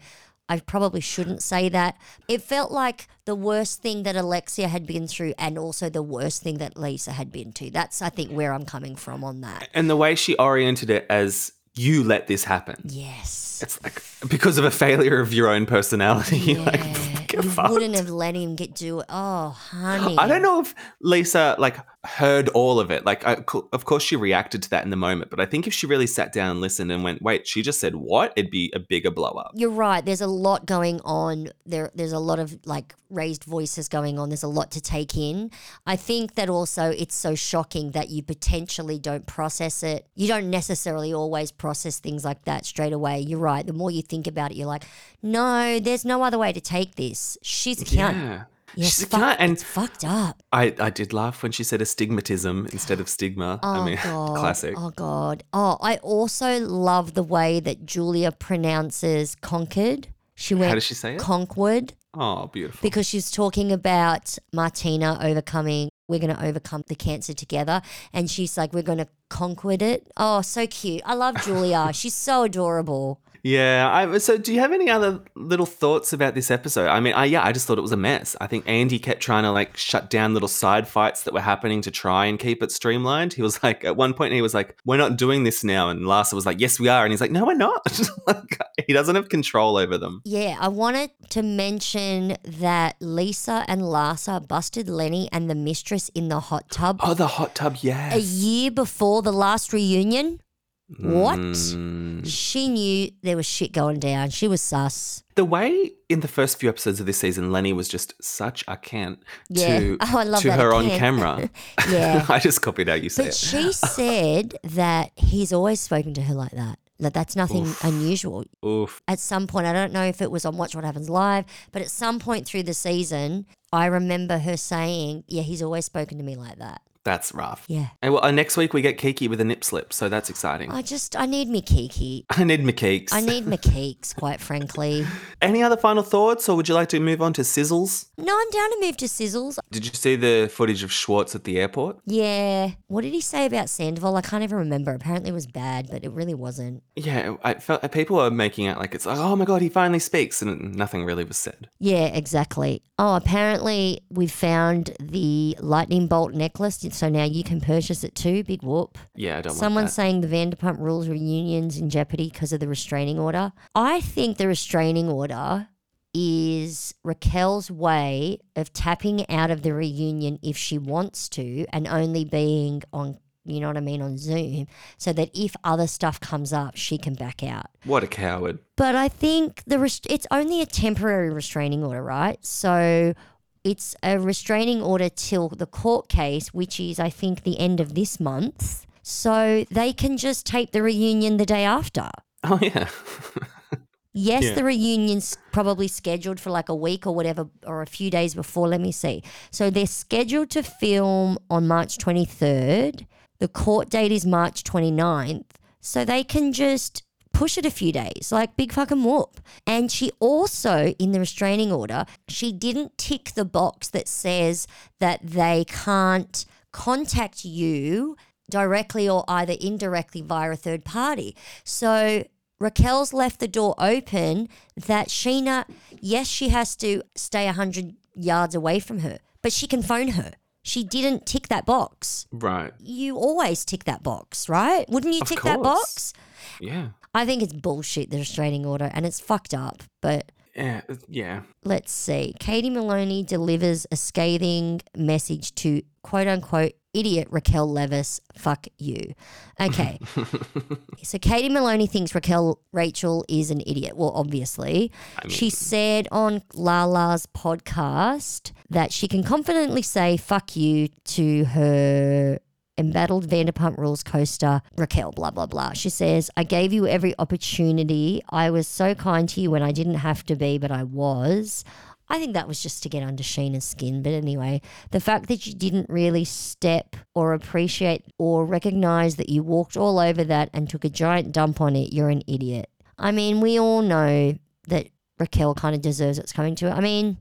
[SPEAKER 5] I probably shouldn't say that. It felt like the worst thing that Alexia had been through, and also the worst thing that Lisa had been to. That's I think where I'm coming from on that.
[SPEAKER 4] and the way she oriented it as you let this happen.
[SPEAKER 5] Yes.
[SPEAKER 4] It's like because of a failure of your own personality.
[SPEAKER 5] Yeah.
[SPEAKER 4] [laughs] like, get
[SPEAKER 5] you
[SPEAKER 4] fucked.
[SPEAKER 5] wouldn't have let him get do it. Oh, honey.
[SPEAKER 4] I don't know if Lisa like heard all of it. Like, I, co- of course, she reacted to that in the moment, but I think if she really sat down, and listened, and went, "Wait, she just said what?" It'd be a bigger blow up.
[SPEAKER 5] You're right. There's a lot going on. There, there's a lot of like raised voices going on. There's a lot to take in. I think that also it's so shocking that you potentially don't process it. You don't necessarily always process things like that straight away. You're right. The more you think about it, you're like, no, there's no other way to take this. She's a cunt.
[SPEAKER 4] Yeah.
[SPEAKER 5] Yes,
[SPEAKER 4] She's a
[SPEAKER 5] fuck-
[SPEAKER 4] cunt, and-
[SPEAKER 5] it's fucked up.
[SPEAKER 4] I, I did laugh when she said astigmatism instead of stigma.
[SPEAKER 5] Oh
[SPEAKER 4] I mean, [laughs]
[SPEAKER 5] god.
[SPEAKER 4] classic.
[SPEAKER 5] Oh god. Oh, I also love the way that Julia pronounces Concord. She went
[SPEAKER 4] does she say it?
[SPEAKER 5] Concord
[SPEAKER 4] Oh, beautiful.
[SPEAKER 5] because she's talking about Martina overcoming we're going to overcome the cancer together and she's like we're going to conquered it. Oh, so cute. I love
[SPEAKER 4] [laughs]
[SPEAKER 5] Julia. she's so adorable.
[SPEAKER 4] Yeah. I, so, do you have any other little thoughts about this episode? I mean, I, yeah, I just thought it was a mess. I think Andy kept trying to like shut down little side fights that were happening to try and keep it streamlined. He was [laughs] like, at one point, he was like, "We're not doing this now," and Larsa was like, "Yes, we are," and he's like, "No, we're not." [laughs] like, he doesn't have control over them.
[SPEAKER 5] Yeah, I wanted to mention that Lisa and Larsa busted Lenny and the mistress in the hot tub
[SPEAKER 4] Oh, the hot tub. Yes.
[SPEAKER 5] a year before the last reunion. What?
[SPEAKER 4] Mm.
[SPEAKER 5] She knew there was shit going down. She was sus.
[SPEAKER 4] the way in the first few episodes of this season, Lenny was just such a cant
[SPEAKER 5] Yeah.
[SPEAKER 4] to,
[SPEAKER 5] [laughs] Oh, I love
[SPEAKER 4] to
[SPEAKER 5] that, a
[SPEAKER 4] her on
[SPEAKER 5] cant.
[SPEAKER 4] camera.
[SPEAKER 5] [laughs] Yeah.
[SPEAKER 4] [laughs] I just copied how you said
[SPEAKER 5] But
[SPEAKER 4] it.
[SPEAKER 5] she said that he's always spoken to her like that. That that's nothing unusual.
[SPEAKER 4] Oof.
[SPEAKER 5] At some point, I don't know if it was on Watch What Happens Live, but at some point through the season, I remember her saying, "Yeah, he's always spoken to me like that."
[SPEAKER 4] That's rough.
[SPEAKER 5] Yeah.
[SPEAKER 4] And well, uh, next week we get Kiki with a nip slip, so that's exciting.
[SPEAKER 5] I just I need me Kiki.
[SPEAKER 4] [laughs] I need McKeeks.
[SPEAKER 5] I need my Keeks, quite frankly.
[SPEAKER 4] Any other final thoughts, or would you like to move on to sizzles?
[SPEAKER 5] No, I'm down to move to Sizzles.
[SPEAKER 4] Did you see the footage of Schwartz at the airport?
[SPEAKER 5] Yeah. What did he say about Sandoval? I can't even remember. Apparently, it was bad, but it really wasn't.
[SPEAKER 4] Yeah, I felt uh, people are making out like it's like, oh my god, he finally speaks, and nothing really was said.
[SPEAKER 5] Yeah, exactly. Oh, apparently we found the lightning bolt necklace, so now you can purchase it too. Big whoop.
[SPEAKER 4] Yeah, I don't. want
[SPEAKER 5] Someone's
[SPEAKER 4] that.
[SPEAKER 5] saying the Vanderpump Rules reunions in jeopardy because of the restraining order. I think the restraining order is Raquel's way of tapping out of the reunion if she wants to and only being on you know what I mean on Zoom so that if other stuff comes up she can back out.
[SPEAKER 4] what a coward.
[SPEAKER 5] But I think the rest- it's only a temporary restraining order, right? So it's a restraining order till the court case, which is I think the end of this month. So they can just tape the reunion the day after.
[SPEAKER 4] Oh yeah. [laughs]
[SPEAKER 5] Yes, the reunion's probably scheduled for like a week or whatever, or a few days before. Let me see. So they're scheduled to film on March 23rd. The court date is March 29th. So they can just push it a few days, like big fucking whoop. And she also, in the restraining order, she didn't tick the box that says that they can't contact you directly or either indirectly via a third party. So Raquel's left the door open that Sheena, yes, she has to stay 100 yards away from her, but she can phone her. She didn't tick that box.
[SPEAKER 4] right.
[SPEAKER 5] You always tick that box, right? Wouldn't you
[SPEAKER 4] Of
[SPEAKER 5] tick that
[SPEAKER 4] course.
[SPEAKER 5] box?
[SPEAKER 4] Yeah.
[SPEAKER 5] I think it's bullshit, the restraining order, and it's fucked up, but
[SPEAKER 4] Yeah. Yeah.
[SPEAKER 5] let's see. Katie Maloney delivers a scathing message to quote unquote idiot Raquel Levis. Fuck you.
[SPEAKER 4] [laughs]
[SPEAKER 5] Okay. so Katie Maloney thinks Raquel Rachel is an idiot. Well, obviously. she said on Lala's podcast that she can confidently say fuck you to her embattled Vanderpump Rules coaster, Raquel, blah, blah, blah. She says, I gave you every opportunity. I was so kind to you when I didn't have to be, but I was. I think that was just to get under Sheena's skin. But anyway, the fact that you didn't really step or appreciate or recognize that you walked all over that and took a giant dump on it, you're an idiot. I mean, we all know that Raquel kind of deserves what's coming to her. I mean,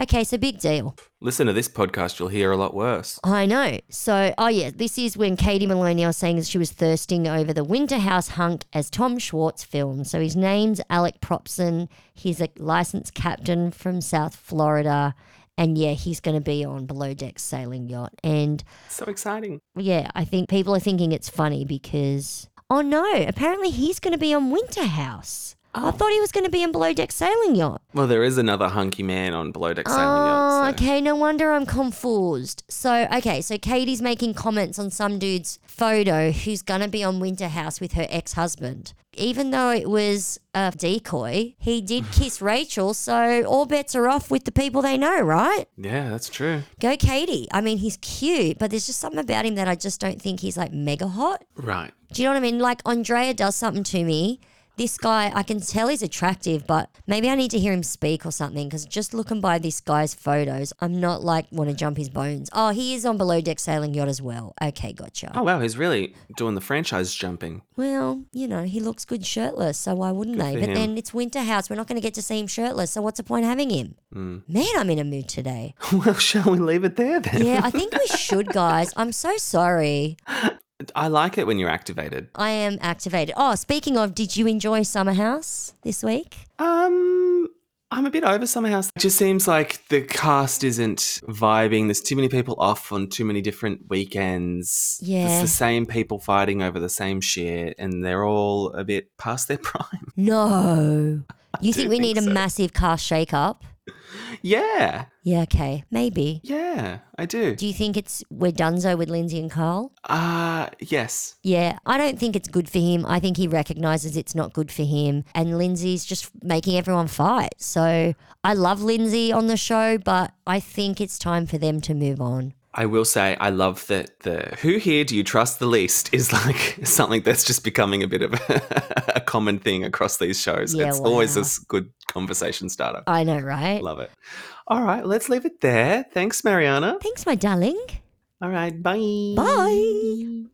[SPEAKER 5] okay, so big deal.
[SPEAKER 4] Listen to this podcast, you'll hear a lot worse.
[SPEAKER 5] I know. So, oh yeah, this is when Katie Maloney I was saying that she was thirsting over the Winterhouse hunk as Tom Schwartz film. So his name's Alec Propson. He's a licensed captain from South Florida, and yeah, he's going to be on below deck sailing yacht. And
[SPEAKER 4] So exciting.
[SPEAKER 5] yeah, I think people are thinking it's funny because oh no, apparently he's going to be on Winterhouse. I thought he was going to be in Below Deck Sailing Yacht.
[SPEAKER 4] Well, there is another hunky man on below deck sailing
[SPEAKER 5] Oh,
[SPEAKER 4] yacht. so-
[SPEAKER 5] okay. No wonder I'm confused. So, okay. So, Katie's making comments on some dude's photo who's going to be on Winter House with her ex husband. Even though it was a decoy, he did kiss Rachel. So, all bets are off with the people they know, right?
[SPEAKER 4] Yeah, that's true.
[SPEAKER 5] Go, Katie. I mean, he's cute, but there's just something about him that I just don't think he's like mega hot.
[SPEAKER 4] Right.
[SPEAKER 5] Do you know what I mean? Like Andrea does something to me. This guy, I can tell he's attractive, but maybe I need to hear him speak or something because just looking by this guy's photos, I'm not like want to jump his bones. Oh, he is on below deck sailing yacht as well. Okay, gotcha.
[SPEAKER 4] Oh wow, he's really doing the franchise jumping. [laughs]
[SPEAKER 5] Well, you know, he looks good shirtless, so why wouldn't they?
[SPEAKER 4] for
[SPEAKER 5] But
[SPEAKER 4] him.
[SPEAKER 5] then it's winter house. We're not going to get to see him shirtless, so what's the point having him?
[SPEAKER 4] Mm.
[SPEAKER 5] Man, I'm in a
[SPEAKER 4] [laughs]
[SPEAKER 5] mood today.
[SPEAKER 4] well, shall we leave it there then?
[SPEAKER 5] Yeah, I think we should, guys. I'm so sorry.
[SPEAKER 4] I like it when you're activated.
[SPEAKER 5] I am activated. Oh, speaking of, did you enjoy Summer House this week?
[SPEAKER 4] Um, I'm a bit over somehow. It just seems like the cast isn't vibing. There's too many people off on too many different weekends.
[SPEAKER 5] Yeah.
[SPEAKER 4] It's the same people fighting over the same shit, and they're all a bit past their [laughs] prime.
[SPEAKER 5] No. You think
[SPEAKER 4] do
[SPEAKER 5] we
[SPEAKER 4] think
[SPEAKER 5] need a
[SPEAKER 4] so.
[SPEAKER 5] massive cast shake up?
[SPEAKER 4] yeah.
[SPEAKER 5] Yeah, okay. Maybe.
[SPEAKER 4] Yeah, I do.
[SPEAKER 5] Do you think it's we're donezo with Lindsay and Carl?
[SPEAKER 4] Uh, yes.
[SPEAKER 5] Yeah, I don't think it's good for him. I think he recognizes it's not good for him. And Lindsay's just making everyone fight. So I love Lindsay on the show, but I think it's time for them to move on.
[SPEAKER 4] I will say I love that the who here do you trust the least is like [laughs] something that's just becoming a bit of [laughs] a, common thing across these shows.
[SPEAKER 5] Yeah,
[SPEAKER 4] it's always
[SPEAKER 5] wow.
[SPEAKER 4] this good conversation starter.
[SPEAKER 5] I know, right?
[SPEAKER 4] Love it. All right, let's leave it there. Thanks, Mariana.
[SPEAKER 5] Thanks, my darling.
[SPEAKER 4] All right, bye.
[SPEAKER 5] Bye.